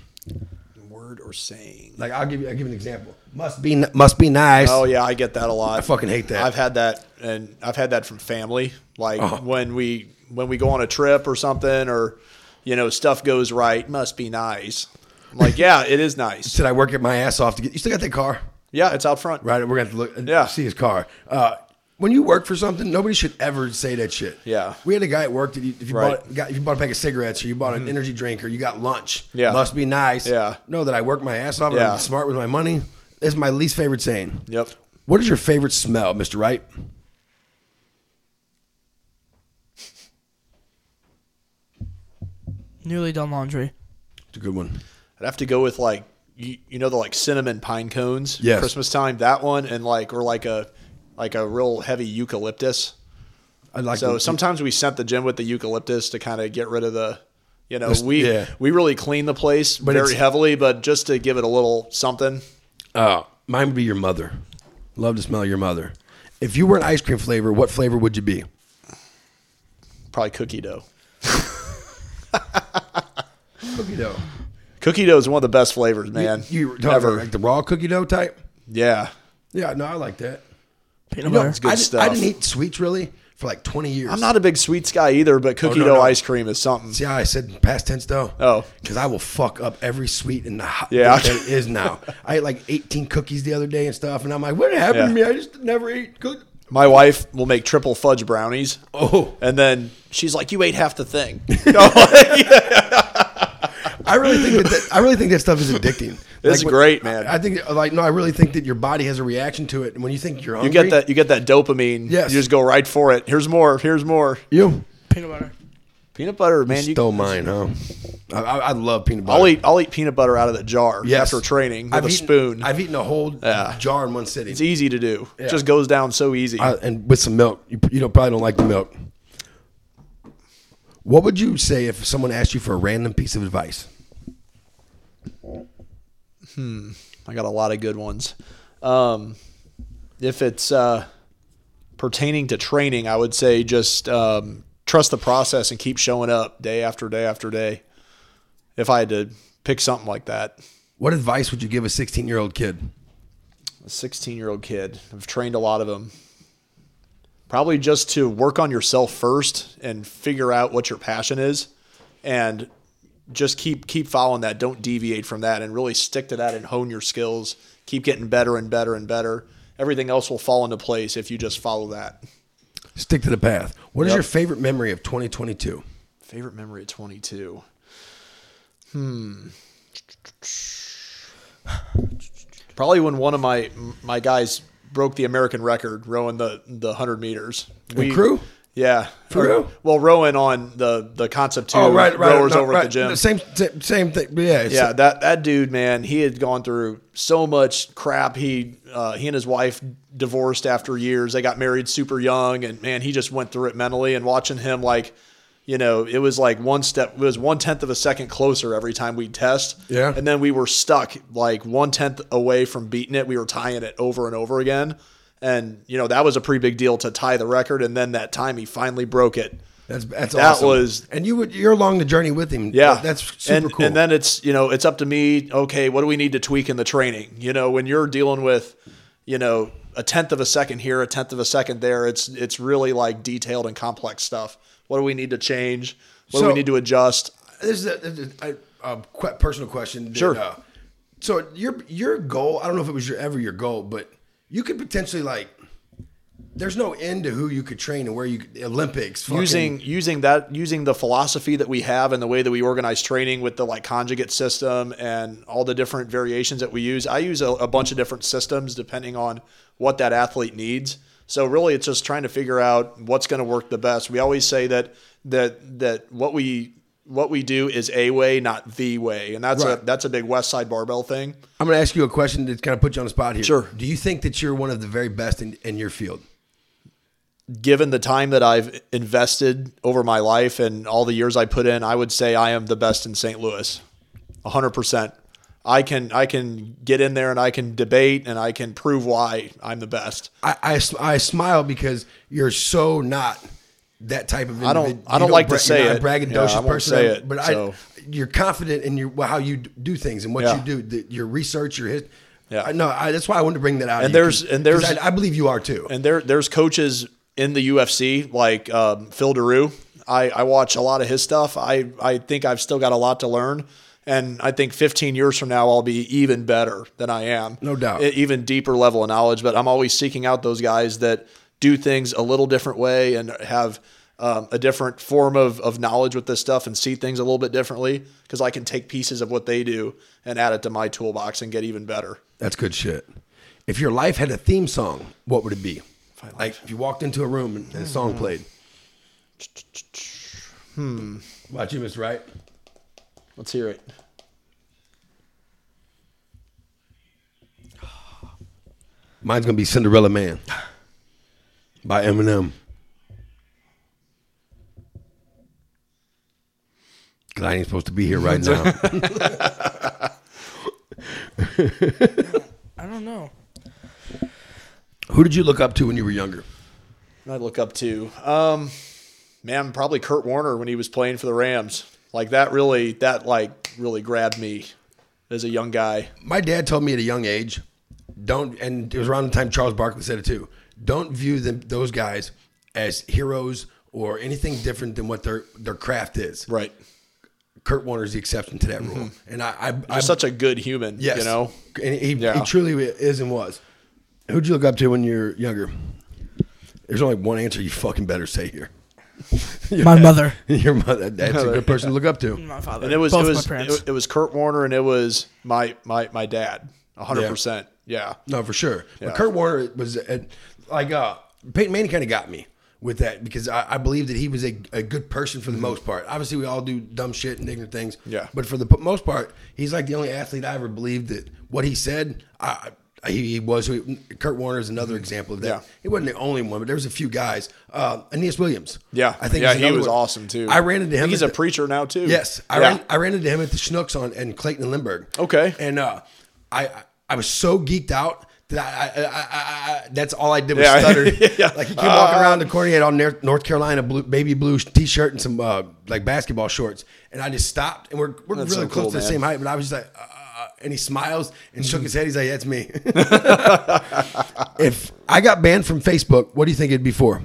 S5: Word or saying.
S1: Like I'll give you. I'll give you an example. Must be n- must be nice.
S5: Oh yeah, I get that a lot. I
S1: fucking hate that.
S5: I've had that, and I've had that from family. Like
S1: Oh.
S5: when we when we go on a trip or something, or you know, stuff goes right. Must be nice. I'm like, yeah, it is nice.
S1: (laughs) Did I work at my ass off to get? You still got that car?
S5: Yeah, it's out front.
S1: Right, we're gonna have to look and
S5: Yeah.
S1: see his car. Uh, when you work for something, nobody should ever say that shit.
S5: Yeah.
S1: we had a guy at work that you, if you
S5: Right. Mm-hmm.
S1: bought got, if you bought a pack of cigarettes or you bought an energy drink or you got lunch,
S5: Yeah.
S1: must be nice.
S5: Yeah.
S1: know that I work my ass off. And
S5: Yeah.
S1: I'm smart with my money. It's my least favorite saying.
S5: Yep.
S1: What is your favorite smell, Mister Wright?
S4: newly done laundry.
S1: It's a good one.
S5: I'd have to go with like you, you know the like cinnamon pine cones.
S1: Yes.
S5: Christmas time, that one, and like or like a like a real heavy eucalyptus.
S1: I like
S5: So
S1: the-
S5: sometimes we sent the gym with the eucalyptus to kind of get rid of the, you know,
S1: This-
S5: we
S1: yeah.
S5: we really clean the place very
S1: it's-
S5: heavily, but just to give it a little something.
S1: Oh, mine would be your mother. Love to smell your mother. If you were an ice cream flavor, what flavor would you be?
S5: Probably cookie dough.
S1: Cookie dough.
S5: Cookie dough is one of the best flavors, man.
S1: you were talking
S5: ever?
S1: about like the raw cookie dough type.
S5: yeah,
S1: Yeah, no, I like that.
S4: Peanut
S1: No,
S4: butter.
S5: good
S1: I, did- I
S5: stuff.
S1: didn't eat sweets really for like 20 years.
S5: I'm not a big sweets guy either, but cookie
S1: Oh, no,
S5: dough
S1: no.
S5: ice cream is something.
S1: See how I said past tense though?
S5: Oh.
S1: Because I will fuck up every sweet in the hot
S5: Yeah.
S1: that there is now. I ate like 18 cookies the other day and stuff, and I'm like, what happened to me?
S5: Yeah.
S1: I just never ate cookies.
S5: My wife will make triple fudge brownies,
S1: Oh,
S5: and then she's like, "You ate half the
S1: (laughs)
S5: thing." (laughs)
S1: I really think that, that I really think that stuff is
S5: (laughs)
S1: addicting.
S5: It's
S1: what-
S5: great, man.
S1: I, I think like no, I really think that your body has a reaction to it, and when you think you're
S5: you
S1: hungry,
S5: get that. You get that dopamine.
S1: Yes.
S5: You just go right for it. Here's more. Here's more.
S1: You
S4: peanut butter.
S5: Peanut butter, man. You,
S1: stole mine, huh? I, I, I love peanut butter.
S5: I'll eat. I'll eat peanut butter out of the jar
S1: Yes.
S5: after training with
S1: I've
S5: a
S1: eaten-
S5: spoon.
S1: I've eaten a whole
S5: Yeah.
S1: jar in one sitting.
S5: It's easy to do. It just goes down so easy.
S1: I, and with some milk. You, you don't probably don't like the milk. What would you say if someone asked you for a random piece of advice?
S5: I got a lot of good ones. Um, if it's uh, pertaining to training, I would say just um, trust the process and keep showing up day after day after day. If I had to pick something like that,
S1: What advice would you give a 16 year old kid?
S5: a 16 year old kid, I've trained a lot of them. Probably just to work on yourself first and figure out what your passion is, and just keep keep following that. Don't deviate from that, and really stick to that and hone your skills. Keep getting better and better and better. Everything else will fall into place if you just follow that.
S1: Stick to the path. What is
S5: Yep.
S1: your favorite memory of 2022?
S5: Favorite memory at 22. Hmm. Probably when one of my my guys broke the American record rowing the the 100 meters.
S1: The crew?
S5: Yeah.
S1: For real?
S5: Well, rowing on the the concept two
S1: Oh, right, right.
S5: rowers
S1: no,
S5: over
S1: right.
S5: at the gym.
S1: Same, same, same thing. But yeah, it's-
S5: yeah, that that dude, man, he had gone through so much crap. He uh, he and his wife divorced after years. They got married super young, and man, he just went through it mentally. And watching him, like, you know, it was like one step, it was one tenth of a second closer every time we test.
S1: Yeah.
S5: and then we were stuck like one tenth away from beating it. We were tying it over and over again, and you know that was a pretty big deal to tie the record. And then that time he finally broke it.
S1: That's that's
S5: That
S1: awesome.
S5: was-
S1: and you would you're along the journey with him.
S5: Yeah,
S1: that's super
S5: and,
S1: cool.
S5: And then it's you know it's up to me. Okay, what do we need to tweak in the training? You know, when you're dealing with, you know, a tenth of a second here, a tenth of a second there, it's it's really like detailed and complex stuff. What do we need to change? What do
S1: So-
S5: we need to adjust?
S1: this is a, this is a, a que- personal question. that,
S5: Sure.
S1: uh, so your your goal, I don't know if it was your ever your goal, but you could potentially like. There's no end to who you could train and where you could- Olympics fucking-
S5: using using that using the philosophy that we have and the way that we organize training with the like conjugate system and all the different variations that we use i use a, a bunch of different systems depending on what that athlete needs so really it's just trying to figure out what's going to work the best we always say that that that what we what we do is a way not the way and that's a
S1: Right.
S5: that's a big west side barbell thing
S1: I'm going to ask you a question that's going to put you on the spot here.
S5: Sure.
S1: Do you think that you're one of the very best in, in your field?
S5: given the time that i've invested over my life and all the years i put in i would say i am the best in st louis hundred percent. I can I can get in there and I can debate and I can prove why I'm the best.
S1: I, I, s- I smile because you're so not that type of.
S5: I don't-
S1: individ-
S5: I
S1: you
S5: don't like to
S1: bra- you're
S5: say
S1: not
S5: it.
S1: A braggadocious
S5: Yeah, I won't
S1: person,
S5: say it,
S1: but
S5: so.
S1: I, you're confident in your well, how you d- do things and what
S5: Yeah.
S1: you do, the, your research, your history.
S5: Yeah.
S1: I, no, I, that's why I wanted to bring that out.
S5: And
S1: of you,
S5: there's-
S1: 'cause-
S5: and there's-
S1: 'cause I, I believe you are too.
S5: And there there's coaches in the UFC like um, Phil DeRue. I, I watch a lot of his stuff. I, I think I've still got a lot to learn. And I think 15 years from now, I'll be even better than I am.
S1: No doubt.
S5: E- Even deeper level of knowledge. But I'm always seeking out those guys that do things a little different way and have um, a different form of, of knowledge with this stuff and see things a little bit differently because I can take pieces of what they do and add it to my toolbox and get even better.
S1: That's good shit. If your life had a theme song, what would it be? Like if you walked into a room and the song played. Hmm. Watch you, Mr. Right.
S5: Let's hear it.
S1: Mine's gonna be Cinderella Man by Eminem. Cause I ain't supposed to be here right
S5: (laughs)
S1: now.
S4: I
S1: (laughs)
S4: don't know.
S1: Who did you look up to when you were younger?
S5: I look up to, um, man, probably Kurt Warner when he was playing for the Rams. Like that really, that like really grabbed me as a young guy.
S1: My dad told me at a young age, don't, and it was around the time Charles Barkley said it too. Don't view them, those guys as heroes or anything different than what their their craft is.
S5: Right.
S1: Kurt Warner is the exception to that rule, and I, I, I
S5: Just such a good human,
S1: yes,
S5: you know?
S1: and he,
S5: Yeah.
S1: he truly is and was. Who'd you look up to when you were younger? There's only one answer you fucking better say here. (laughs)
S4: My mother.
S1: Your mother. That's a good person to look up to.
S4: My father.
S5: And it was,
S4: both
S5: it
S4: my
S5: was,
S4: parents.
S5: it, it was Kurt Warner and it was my, my, my dad. A hundred
S1: Yeah.
S5: percent. Yeah.
S1: No, for sure.
S5: Yeah.
S1: But Kurt Warner was uh like uh, Peyton Manning kind of got me with that because I, I believe that he was a, a good person for the most part. Obviously, we all do dumb shit and ignorant things.
S5: Mm-hmm. Yeah.
S1: But for the p- most part, he's like the only athlete I ever believed that what he said, I. I- He, he was. who he- Kurt Warner is another example of that.
S5: Mm-hmm. Yeah.
S1: He wasn't the only one, but there was a few guys. Uh, Aeneas Williams.
S5: Yeah.
S1: I think
S5: yeah,
S1: is
S5: he
S1: another
S5: was
S1: one.
S5: awesome too.
S1: I ran into
S5: I
S1: him.
S5: think he's
S1: at
S5: a
S1: the-
S5: preacher now too.
S1: Yes, I
S5: Yeah.
S1: ran I ran into him at the Schnooks on and Clayton and Lindbergh.
S5: Okay.
S1: and uh, I I- I was so geeked out that I, I, I, I, I that's all I did was
S5: Yeah. (laughs)
S1: stutter.
S5: Yeah.
S1: Like he came walking around the corner, he had on Nar- North Carolina blue, baby blue t-shirt and some uh, like basketball shorts, and I just stopped. And we're we're
S5: That's
S1: really
S5: so
S1: close
S5: cool,
S1: to the
S5: man.
S1: same height, but I was just like. Uh, uh, and he smiles and shook his head. He's like, "That's
S5: (laughs)
S1: me." (laughs) if I got banned from Facebook, what do you think it'd be for?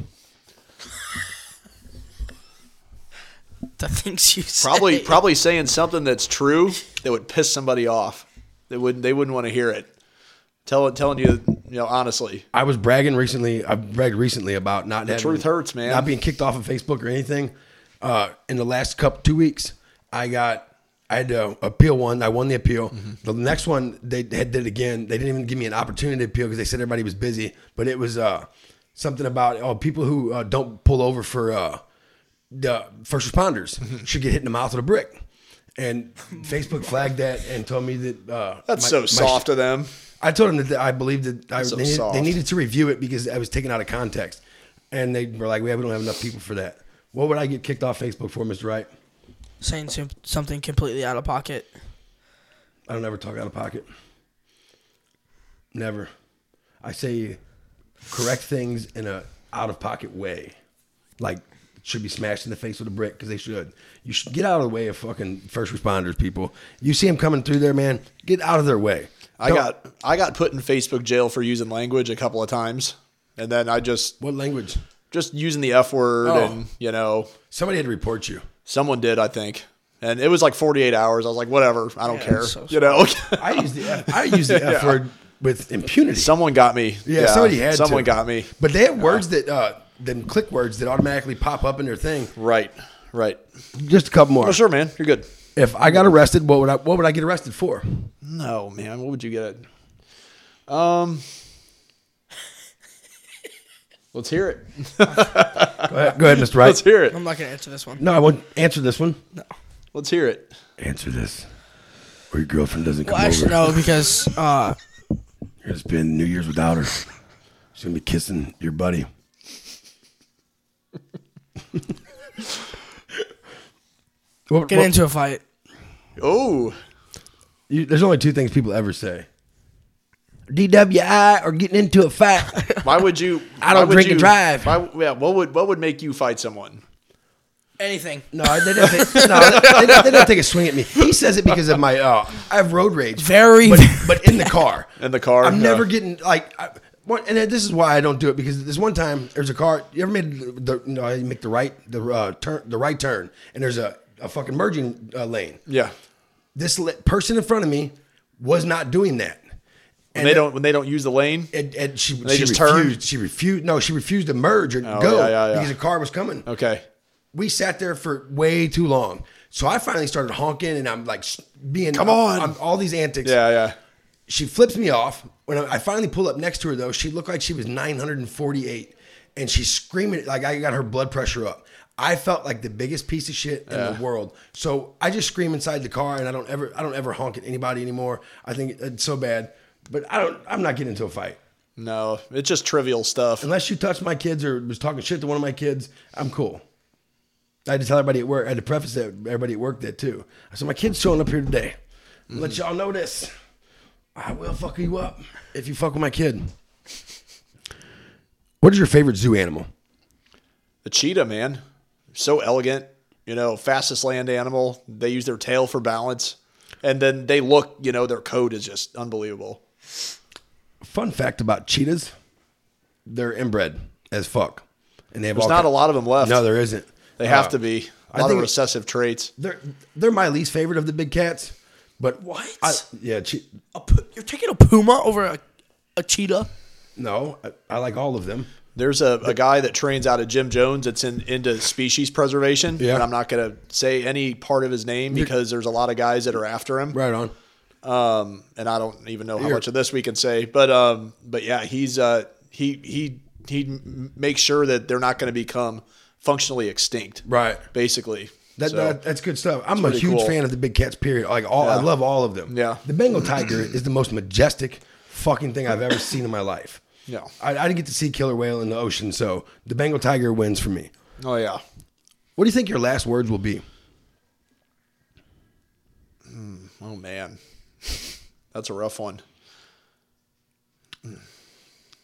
S4: the things you
S1: (laughs)
S4: said.
S5: (laughs) Probably, probably saying something that's true that would piss somebody off. They wouldn't, they wouldn't want to hear it. Tell, telling you, you know, honestly,
S1: I was bragging recently. I bragged recently about not having,
S5: truth hurts, man.
S1: Not being kicked off of Facebook or anything. Uh, in the last couple two weeks, I got I had to appeal one. I won the appeal.
S5: Mm-hmm.
S1: The next one they had did again. They didn't even give me an opportunity to appeal because they said everybody was busy. But it was uh, something about oh people who uh, don't pull over for uh, the first
S5: (laughs)
S1: responders should get hit in the mouth with a brick. And Facebook flagged that and told me that uh,
S5: That's
S1: my-
S5: so
S1: my-
S5: soft of them.
S1: I told them that I believed that I,
S5: so
S1: they, needed,
S5: soft.
S1: they needed to review it because I was taken out of context, and they were like, "We don't have enough people for that." What would I get kicked off Facebook for, Mr. Wright?
S4: (laughs) saying some, something completely out of pocket.
S1: I don't ever talk out of pocket. Never. I say correct things in a out of pocket way. Like should be smashed in the face with a brick because they should. You should get out of the way of fucking first responders, people. You see them coming through there, man. Get out of their way.
S5: I
S1: Don't-
S5: got I got put in Facebook jail for using language a couple of times, and then I just
S1: what language?
S5: just using the f word,
S1: Oh.
S5: and you know
S1: Somebody had to report you.
S5: someone did I think, and it was like 48 hours. I was like, whatever, I don't care,
S4: so
S5: you know.
S1: I use the F, I use the (laughs) F word with impunity.
S5: (laughs) someone got me.
S1: yeah, somebody had
S5: someone
S1: to.
S5: got me.
S1: But they have words that uh, them click words that automatically pop up in their thing.
S5: Right, right.
S1: Just a couple more.
S5: Oh, sure, man, you're good.
S1: If I got arrested, what would I what would I get arrested for?
S5: No, man, what would you get? Um, (laughs) let's hear it.
S1: Go ahead, go ahead Mr.
S5: Let's
S1: Wright.
S5: hear it.
S4: I'm not gonna answer this one.
S1: No, I won't answer this one.
S5: Let's hear it.
S1: Answer this. Or your girlfriend doesn't
S4: Well, actually, no, because uh,
S1: You're gonna spend New Year's without her. She's gonna be kissing your (laughs) buddy. Well,
S4: get
S1: well,
S4: into a fight.
S5: Oh,
S1: you- there's only two things people ever say: DWI or getting into a fight.
S5: why would you?
S1: (laughs) I
S5: why
S1: don't
S5: would
S1: drink and
S5: you-
S1: drive.
S5: Why, yeah, what would what would make you fight someone?
S4: Anything.
S1: No, they didn't take, no, they, didn't- they didn't take a swing at me. He says it because of my uh, I have road rage.
S4: Very,
S1: but,
S4: very
S1: but in the car.
S5: In the car,
S1: I'm
S5: yeah.
S1: never getting like. I, one, and then this is why I don't do it because this one time there's a car. You ever made the, the no? You make the right the uh, turn the right turn and there's a a fucking merging uh, lane.
S5: Yeah,
S1: This li- person in front of me was not doing that.
S5: when they don't when they don't use the lane.
S1: And, and she,
S5: they
S1: she refused.
S5: just turned?
S1: She refused. No, she refused to merge or
S5: Oh,
S1: go
S5: yeah, yeah, yeah.
S1: because a car was coming
S5: Okay,
S1: we sat there for way too long. So I finally started honking and I'm like sh- being
S5: Come on.
S1: I'm, all these antics.
S5: yeah, yeah.
S1: She flips me off. When I I finally pull up next to her though, she looked like she was 948 and she's screaming like I got her blood pressure up. I felt like the biggest piece of shit in the world. So I just scream inside the car and I don't ever I don't ever honk at anybody anymore. I think it's so bad. But I don't I'm not getting into a fight.
S5: No, it's just trivial stuff.
S1: Unless you touched my kids or was talking shit to one of my kids, I'm cool. I had to tell everybody at work. I had to preface that everybody at work that too. I said my kids showing up here today. Let y'all know this. I will fuck you up if you fuck with my kid. What is your favorite zoo animal?
S5: The cheetah, man, so elegant. You know, fastest land animal. They use their tail for balance, and then they look. You know, their coat is just unbelievable.
S1: Fun fact about cheetahs: they're inbred as fuck, and they have
S5: There's
S1: all
S5: not
S1: ki-
S5: a lot of them left.
S1: No, there isn't.
S5: They have
S1: Uh,
S5: to be
S1: I
S5: a lot of
S1: think-
S5: recessive traits.
S1: They're they're my least favorite of the big cats. But
S4: What?
S1: I, yeah, che-
S4: A pu- you're taking a puma over a, a cheetah?
S1: no, I, I like all of them.
S5: There's a, a guy that trains out of Jim Jones that's in, into species preservation.
S1: Yeah.
S5: And I'm not going to say any part of his name because there's a lot of guys that are after him.
S1: Right on.
S5: And I don't even know how much of this we can say. But um, but yeah, he's uh, he he he m- makes sure that they're not going to become functionally extinct.
S1: Right.
S5: Basically.
S1: That,
S5: So,
S1: that- that's good stuff. I'm a
S5: pretty
S1: huge
S5: cool.
S1: fan of the big cats. Period. Like all, I
S5: Yeah.
S1: love all of them.
S5: Yeah.
S1: The Bengal tiger is the most majestic fucking thing I've ever seen in my life.
S5: Yeah.
S1: I, I didn't get to see killer whale in the ocean, so the Bengal tiger wins for me.
S5: oh yeah.
S1: What do you think your last words will be?
S5: Oh man, that's a rough one.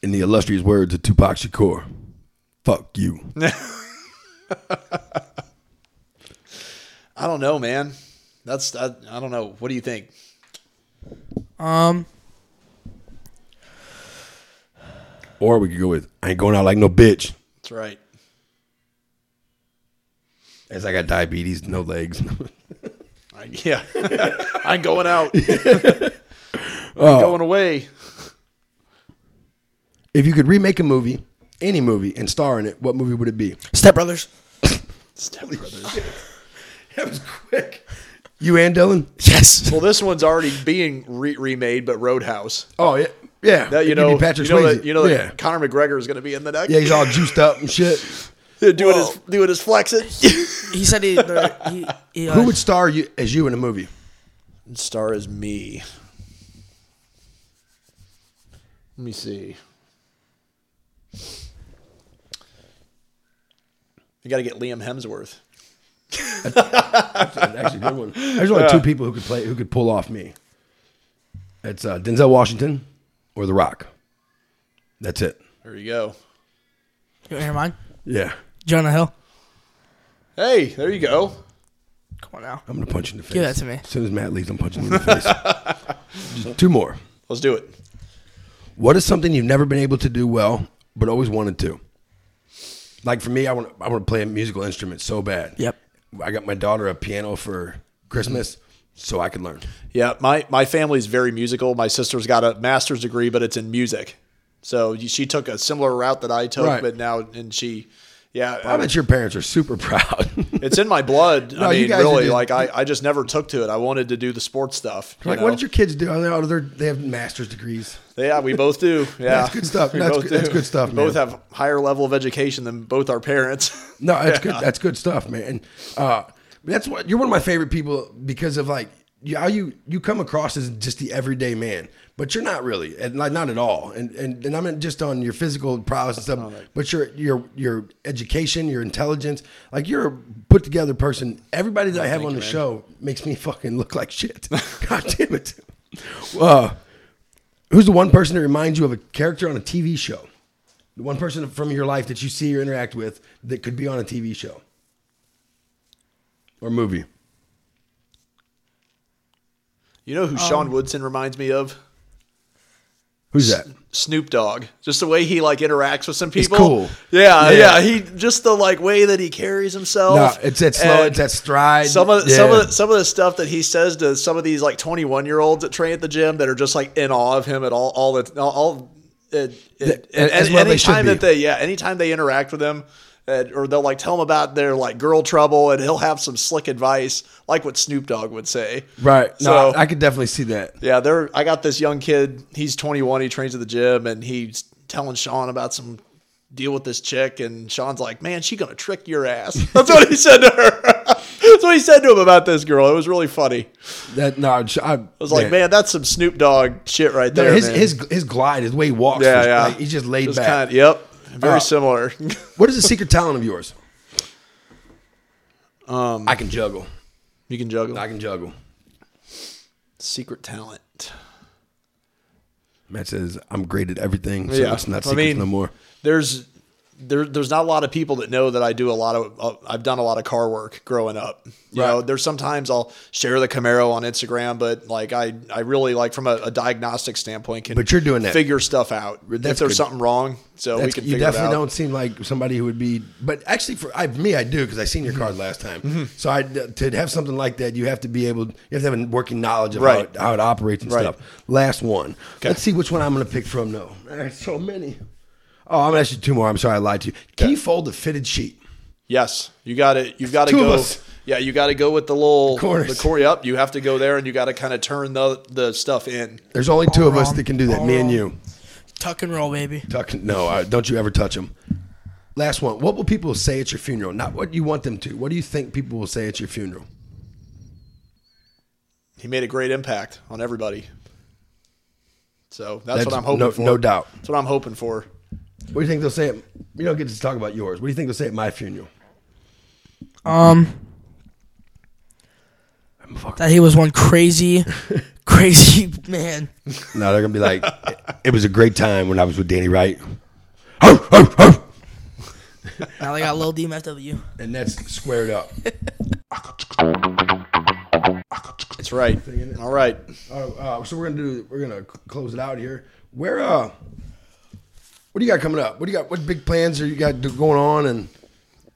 S1: In the illustrious words of Tupac Shakur, "Fuck (laughs) you."
S5: I don't know, man. That's I, I don't know. What do you think?
S4: Um,
S1: or we could go with, "I ain't going out like no bitch."
S5: That's right.
S1: As I got diabetes, no legs. (laughs)
S5: I, yeah, (laughs) I'm
S8: (laughs)
S5: going out. I'm
S8: Oh.
S5: going away.
S1: if you could remake a movie, any movie, and star in it, what movie would it be?
S4: Step Brothers.
S1: That was quick. You and Dylan?
S4: Yes.
S5: Well, this one's already being re- remade, but Roadhouse.
S1: Oh yeah.
S8: Yeah,
S5: That you
S8: it could be
S5: know,
S8: Patrick
S5: you know
S8: Swayze.
S5: that you know
S8: yeah,
S5: that Conor McGregor is going to be in the next.
S8: yeah, he's Oh. all juiced up and shit.
S5: (laughs) doing his doing
S8: (laughs)
S5: his flexing.
S4: He said he. the- he, he, uh,
S8: Who would star you as you in a
S5: (laughs)
S8: movie?
S5: Star is me. Let me see. You got to get Liam Hemsworth.
S1: Actually, good one. There's
S5: Uh,
S1: only two people who could play who could pull off me. It's uh, Denzel Washington or The Rock. That's it.
S5: There you go.
S4: you wanna hear mine?
S1: Yeah,
S4: Jonah Hill.
S5: Hey, there you go.
S4: Come on now.
S1: I'm gonna punch you in the face.
S4: Give that to me.
S1: As soon as Matt leaves, I'm punching you in the face.
S5: (laughs)
S1: Just two more.
S5: Let's do it.
S1: What is something you've never been able to do well, but always wanted to? Like for me, I want I want to play a musical instrument so bad.
S4: Yep.
S1: I got my daughter a piano for Christmas, so I could learn.
S5: Yeah, my my family's very musical. My sister's got a master's degree, but it's in music. So you- she took a similar route that I took,
S1: Right.
S5: but now and she, yeah,
S1: I bet your parents are super (laughs) proud.
S5: it's in my blood.
S1: (laughs) No,
S5: I
S1: you
S5: mean,
S1: guys are
S5: really,
S1: just-
S5: like I, I just never took to it. I wanted to do the sports stuff. you
S1: like,
S5: know?
S1: what did your kids do? Oh, they, oh, they're- they have master's degrees.
S5: Yeah, we both
S1: (laughs)
S5: do. Yeah,
S1: That's good stuff.
S5: We
S1: That's
S5: both
S1: good- that's
S5: do.
S1: good stuff,
S5: We
S1: man.
S5: Both have higher level of education than both our parents. (laughs)
S1: No, that's good. That's good stuff, man. And, Uh, that's what you're one of my favorite people because of like you, how you you come across as just the everyday man, but you're not really, and like not at all. And and, and I mean just on your physical prowess and stuff, but your your your education, your intelligence, like you're a put together person. Everybody that I have on the show makes me (laughs) fucking look like shit. God damn it. Uh, who's the one person that reminds you of a character on a TV show? The one person from your life that you see or interact with that could be on a TV show or movie.
S5: you know
S1: Um,
S5: who Sean Woodson reminds me of?
S1: Who's that?
S5: Snoop Dogg. Just the way he like interacts with some people.
S1: cool. Yeah.
S5: Yeah, yeah, He just the like way that he carries himself.
S1: No, it's that slow.
S5: And
S1: It's that stride.
S5: Some of some
S1: Yeah.
S5: of the, some of the stuff that he says to some of these like twenty one year olds that train at the gym that are just like in awe of him at all all the all, all it, it, and,
S1: as
S5: and
S1: well they should
S5: anytime
S1: be.
S5: that they yeah anytime they interact with him and, or they'll like tell him about their like girl trouble and he'll have some slick advice like what Snoop Dogg would say
S1: right. No,
S5: So-
S1: I could definitely see that.
S5: yeah, there. I got this young kid. He's 21. He trains at the gym, and he's telling Sean about some deal with this chick. And Sean's like, "Man, she gonna trick your ass." (laughs) That's what he said to her. (laughs) That's what he said to him about this girl. It was really funny. I
S1: That no, I, I
S5: was like, "Man, that's some Snoop Dogg shit right
S1: No,
S5: there."
S1: his
S5: man.
S1: his his glide, his way he walks.
S5: yeah,
S1: is-
S5: yeah.
S1: like, he's just laid back.
S5: kinda- yep, very
S1: Uh,
S5: similar. (laughs)
S1: What is the secret talent of yours? Um, I can juggle.
S5: you can juggle.
S1: I can juggle.
S5: Secret talent.
S1: Matt says I'm great at everything, so
S5: Yeah.
S1: it's not
S5: I
S1: secret
S5: mean-
S1: no more.
S5: There's. There, there's not a lot of people that know that I do a lot of uh, I've done a lot of car work growing up. You know, there's sometimes I'll share the Camaro on Instagram, but like I, I really like from a, a diagnostic standpoint can
S1: But you're doing that.
S5: figure stuff out if
S1: That's
S5: there's
S1: good.
S5: something wrong, so we
S1: That's-
S5: can
S1: you
S5: figure it
S1: definitely
S5: out.
S1: don't seem like somebody who would be, but actually for I, me, I do because I seen your
S5: Mm-hmm.
S1: card last time. So I to have something like that, you have to be able, you have to have a working knowledge of
S5: Right.
S1: how, it, how it operates and
S5: Right.
S1: stuff. Last one.
S5: Okay.
S1: Let's see which one I'm going to pick from. No, there's so many. Oh, I'm gonna ask you two more. I'm sorry, I lied to you. Can you fold a fitted sheet?
S5: Yes, you got to You got to
S1: Two of
S5: go.
S1: us.
S5: Yeah, you got to go with the little
S1: Corners.
S5: the core. Yep, you have to go there, and you got to kind of turn the the stuff in.
S1: There's only two of us
S4: wrong.
S1: that can do that.
S4: All
S1: Me and
S4: wrong.
S1: you.
S4: Tuck and roll, baby.
S1: Tuck, no, I, don't you ever touch them. Last one. What will people say at your funeral? Not what you want them to. What do you think people will say at your funeral?
S5: He made a great impact on everybody. So that's, what I'm hoping
S1: no,
S5: for.
S1: No doubt.
S5: That's what I'm hoping for.
S1: What do you think they'll say? At, you don't get to talk about yours. What do you think they'll say at my funeral?
S4: Um, that he was one crazy, (laughs) crazy man.
S1: No, they're gonna be like, it, it was a great time when I was with Danny Wright. Ho, ho, ho.
S4: Now they got Lil DMFW.
S1: And that's squared up.
S5: That's right. All right.
S1: uh, uh, so we're gonna do. We're gonna c- close it out here. Where uh, what do you got coming up? What do you got? What big plans are you got do- going on? And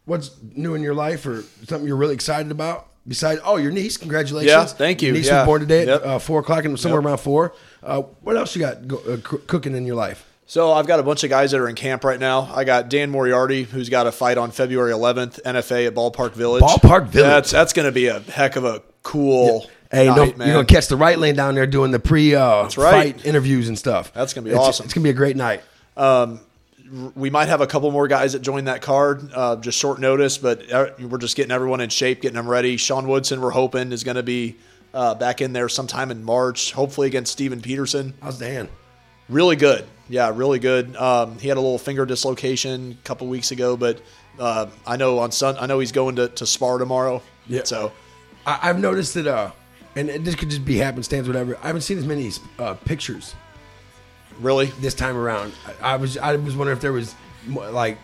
S1: what's new in your life or something you're really excited about? Besides, oh, your niece. Congratulations.
S5: Yeah, thank you.
S1: Your niece
S5: Yeah.
S1: was born today
S5: Yep.
S1: at uh, four o'clock and somewhere around four. Uh, what else you got go, uh, coo- cooking in your life?
S5: So I've got a bunch of guys that are in camp right now. I got Dan Moriarty, who's got a fight on February 11th, NFA at Ballpark Village.
S1: Ballpark Village.
S5: That's that's going to be a heck of a cool.
S1: Hey,
S5: Night,
S1: no,
S5: man.
S1: you're gonna catch the right lane down there doing the pre uh,
S5: right.
S1: fight interviews and stuff.
S5: That's gonna be
S1: It's-
S5: awesome.
S1: It's gonna be a great night.
S5: we might have a couple more guys that join that card, uh, just short notice, but uh, we're just getting everyone in shape, getting them ready. Sean Woodson, we're hoping, is going to be uh, back in there sometime in March, hopefully against Steven Peterson.
S1: How's Dan?
S5: Really good. Yeah, really good. Um, he had a little finger dislocation a couple weeks ago, but uh, I know on Sun, I know he's going to, to spar tomorrow.
S1: Yeah.
S5: So
S1: I, I've noticed that, uh, and it- this could just be happenstance, whatever. I haven't seen as many uh, pictures
S5: really,
S1: this time around. I, I was I was wondering if there was more, like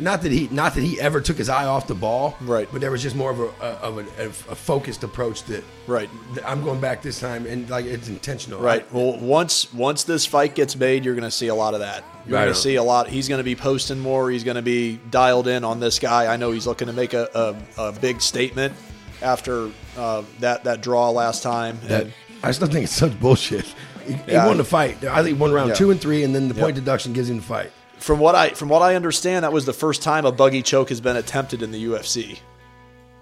S1: not that he not that he ever took his eye off the ball,
S5: Right.
S1: But there was just more of a of a, of a focused approach that
S5: Right.
S1: that I'm going back this time, and like it's intentional,
S5: Right. Well, once once this fight gets made, you're going to see a lot of that. You're
S1: Right
S5: going
S1: on.
S5: to see a lot. He's going to be posting more. He's going to be dialed in on this guy. I know he's looking to make a, a, a big statement after uh, that that draw last time.
S1: that
S5: And
S1: I still think it's such bullshit. He, he
S5: Yeah.
S1: won the fight. I think he won round
S5: Yeah.
S1: two and three, and then the point deduction gives him the fight.
S5: from what I from what I understand, that was the first time a buggy choke has been attempted in the UFC.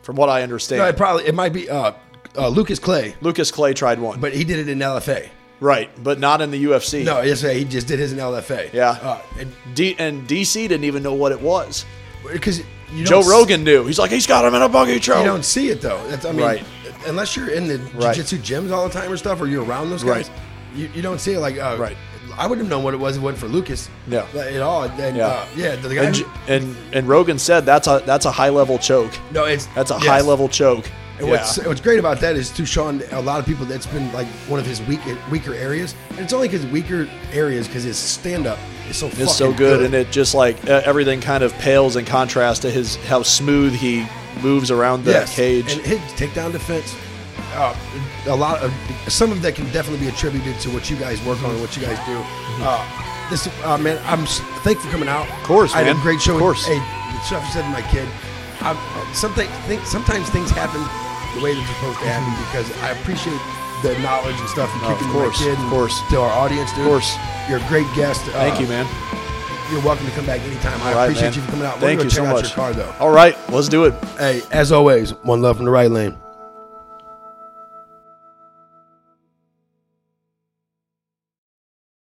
S5: From what I understand,
S1: No, it probably it might be uh, uh, Lucas Clay,
S5: Lucas Clay tried one,
S1: but he did it in LFA.
S5: right, but not in the UFC.
S1: No, yesterday he just did his in LFA.
S5: Yeah.
S1: uh,
S5: D- and DC didn't even know what it was.
S1: because you don't
S5: Joe
S1: s-
S5: Rogan knew. He's like, he's got him in a buggy choke.
S1: You don't see it though. That's, I mean,
S5: Right.
S1: unless you're in the
S5: Right.
S1: jiu-jitsu gyms all the time or stuff, or you're around those
S5: Right.
S1: guys, you, you don't see it. Like, uh,
S5: Right.
S1: I wouldn't have known what it was if it wasn't for Lucas.
S5: Yeah.
S1: Like, at all. And,
S5: Yeah.
S1: yeah, uh, yeah. The, the guy.
S5: and,
S1: who-
S5: and and Rogan said that's a that's a high level choke.
S1: no, it's
S5: That's a
S1: yes.
S5: high level choke.
S1: And what's, what's great about that is to Sean, a lot of people that's been like one of his weak, weaker areas, and it's only because weaker areas because his stand up is so fucking
S5: it's so good, and it just like uh, everything kind of pales in contrast to his how smooth he moves around the
S1: Yes.
S5: cage.
S1: and his takedown defense. Uh, a lot of some of that can definitely be attributed to what you guys work on and what you guys do. Uh, this uh, man, I'm s- thankful for coming out. Of
S5: course,
S1: I had
S5: man.
S1: a great show.
S5: Mm-hmm. Of course.
S1: hey, the stuff you said to my kid. I, something, think, sometimes things happen the way they're supposed to happen because I appreciate the knowledge and stuff you
S5: Oh,
S1: kick
S5: Mm-hmm. of
S1: into
S5: course,
S1: my kid.
S5: of
S1: and
S5: course.
S1: to our audience, dude. Of
S5: course.
S1: you're a great guest. Uh,
S5: Thank you, man.
S1: You're welcome to come back anytime. I
S5: All right,
S1: appreciate
S5: man.
S1: you for coming out. We're
S5: Thank
S1: gonna
S5: you
S1: check
S5: so
S1: out
S5: much.
S1: Your car, though.
S5: All right, let's do it.
S1: Hey, as always, one love from the right lane.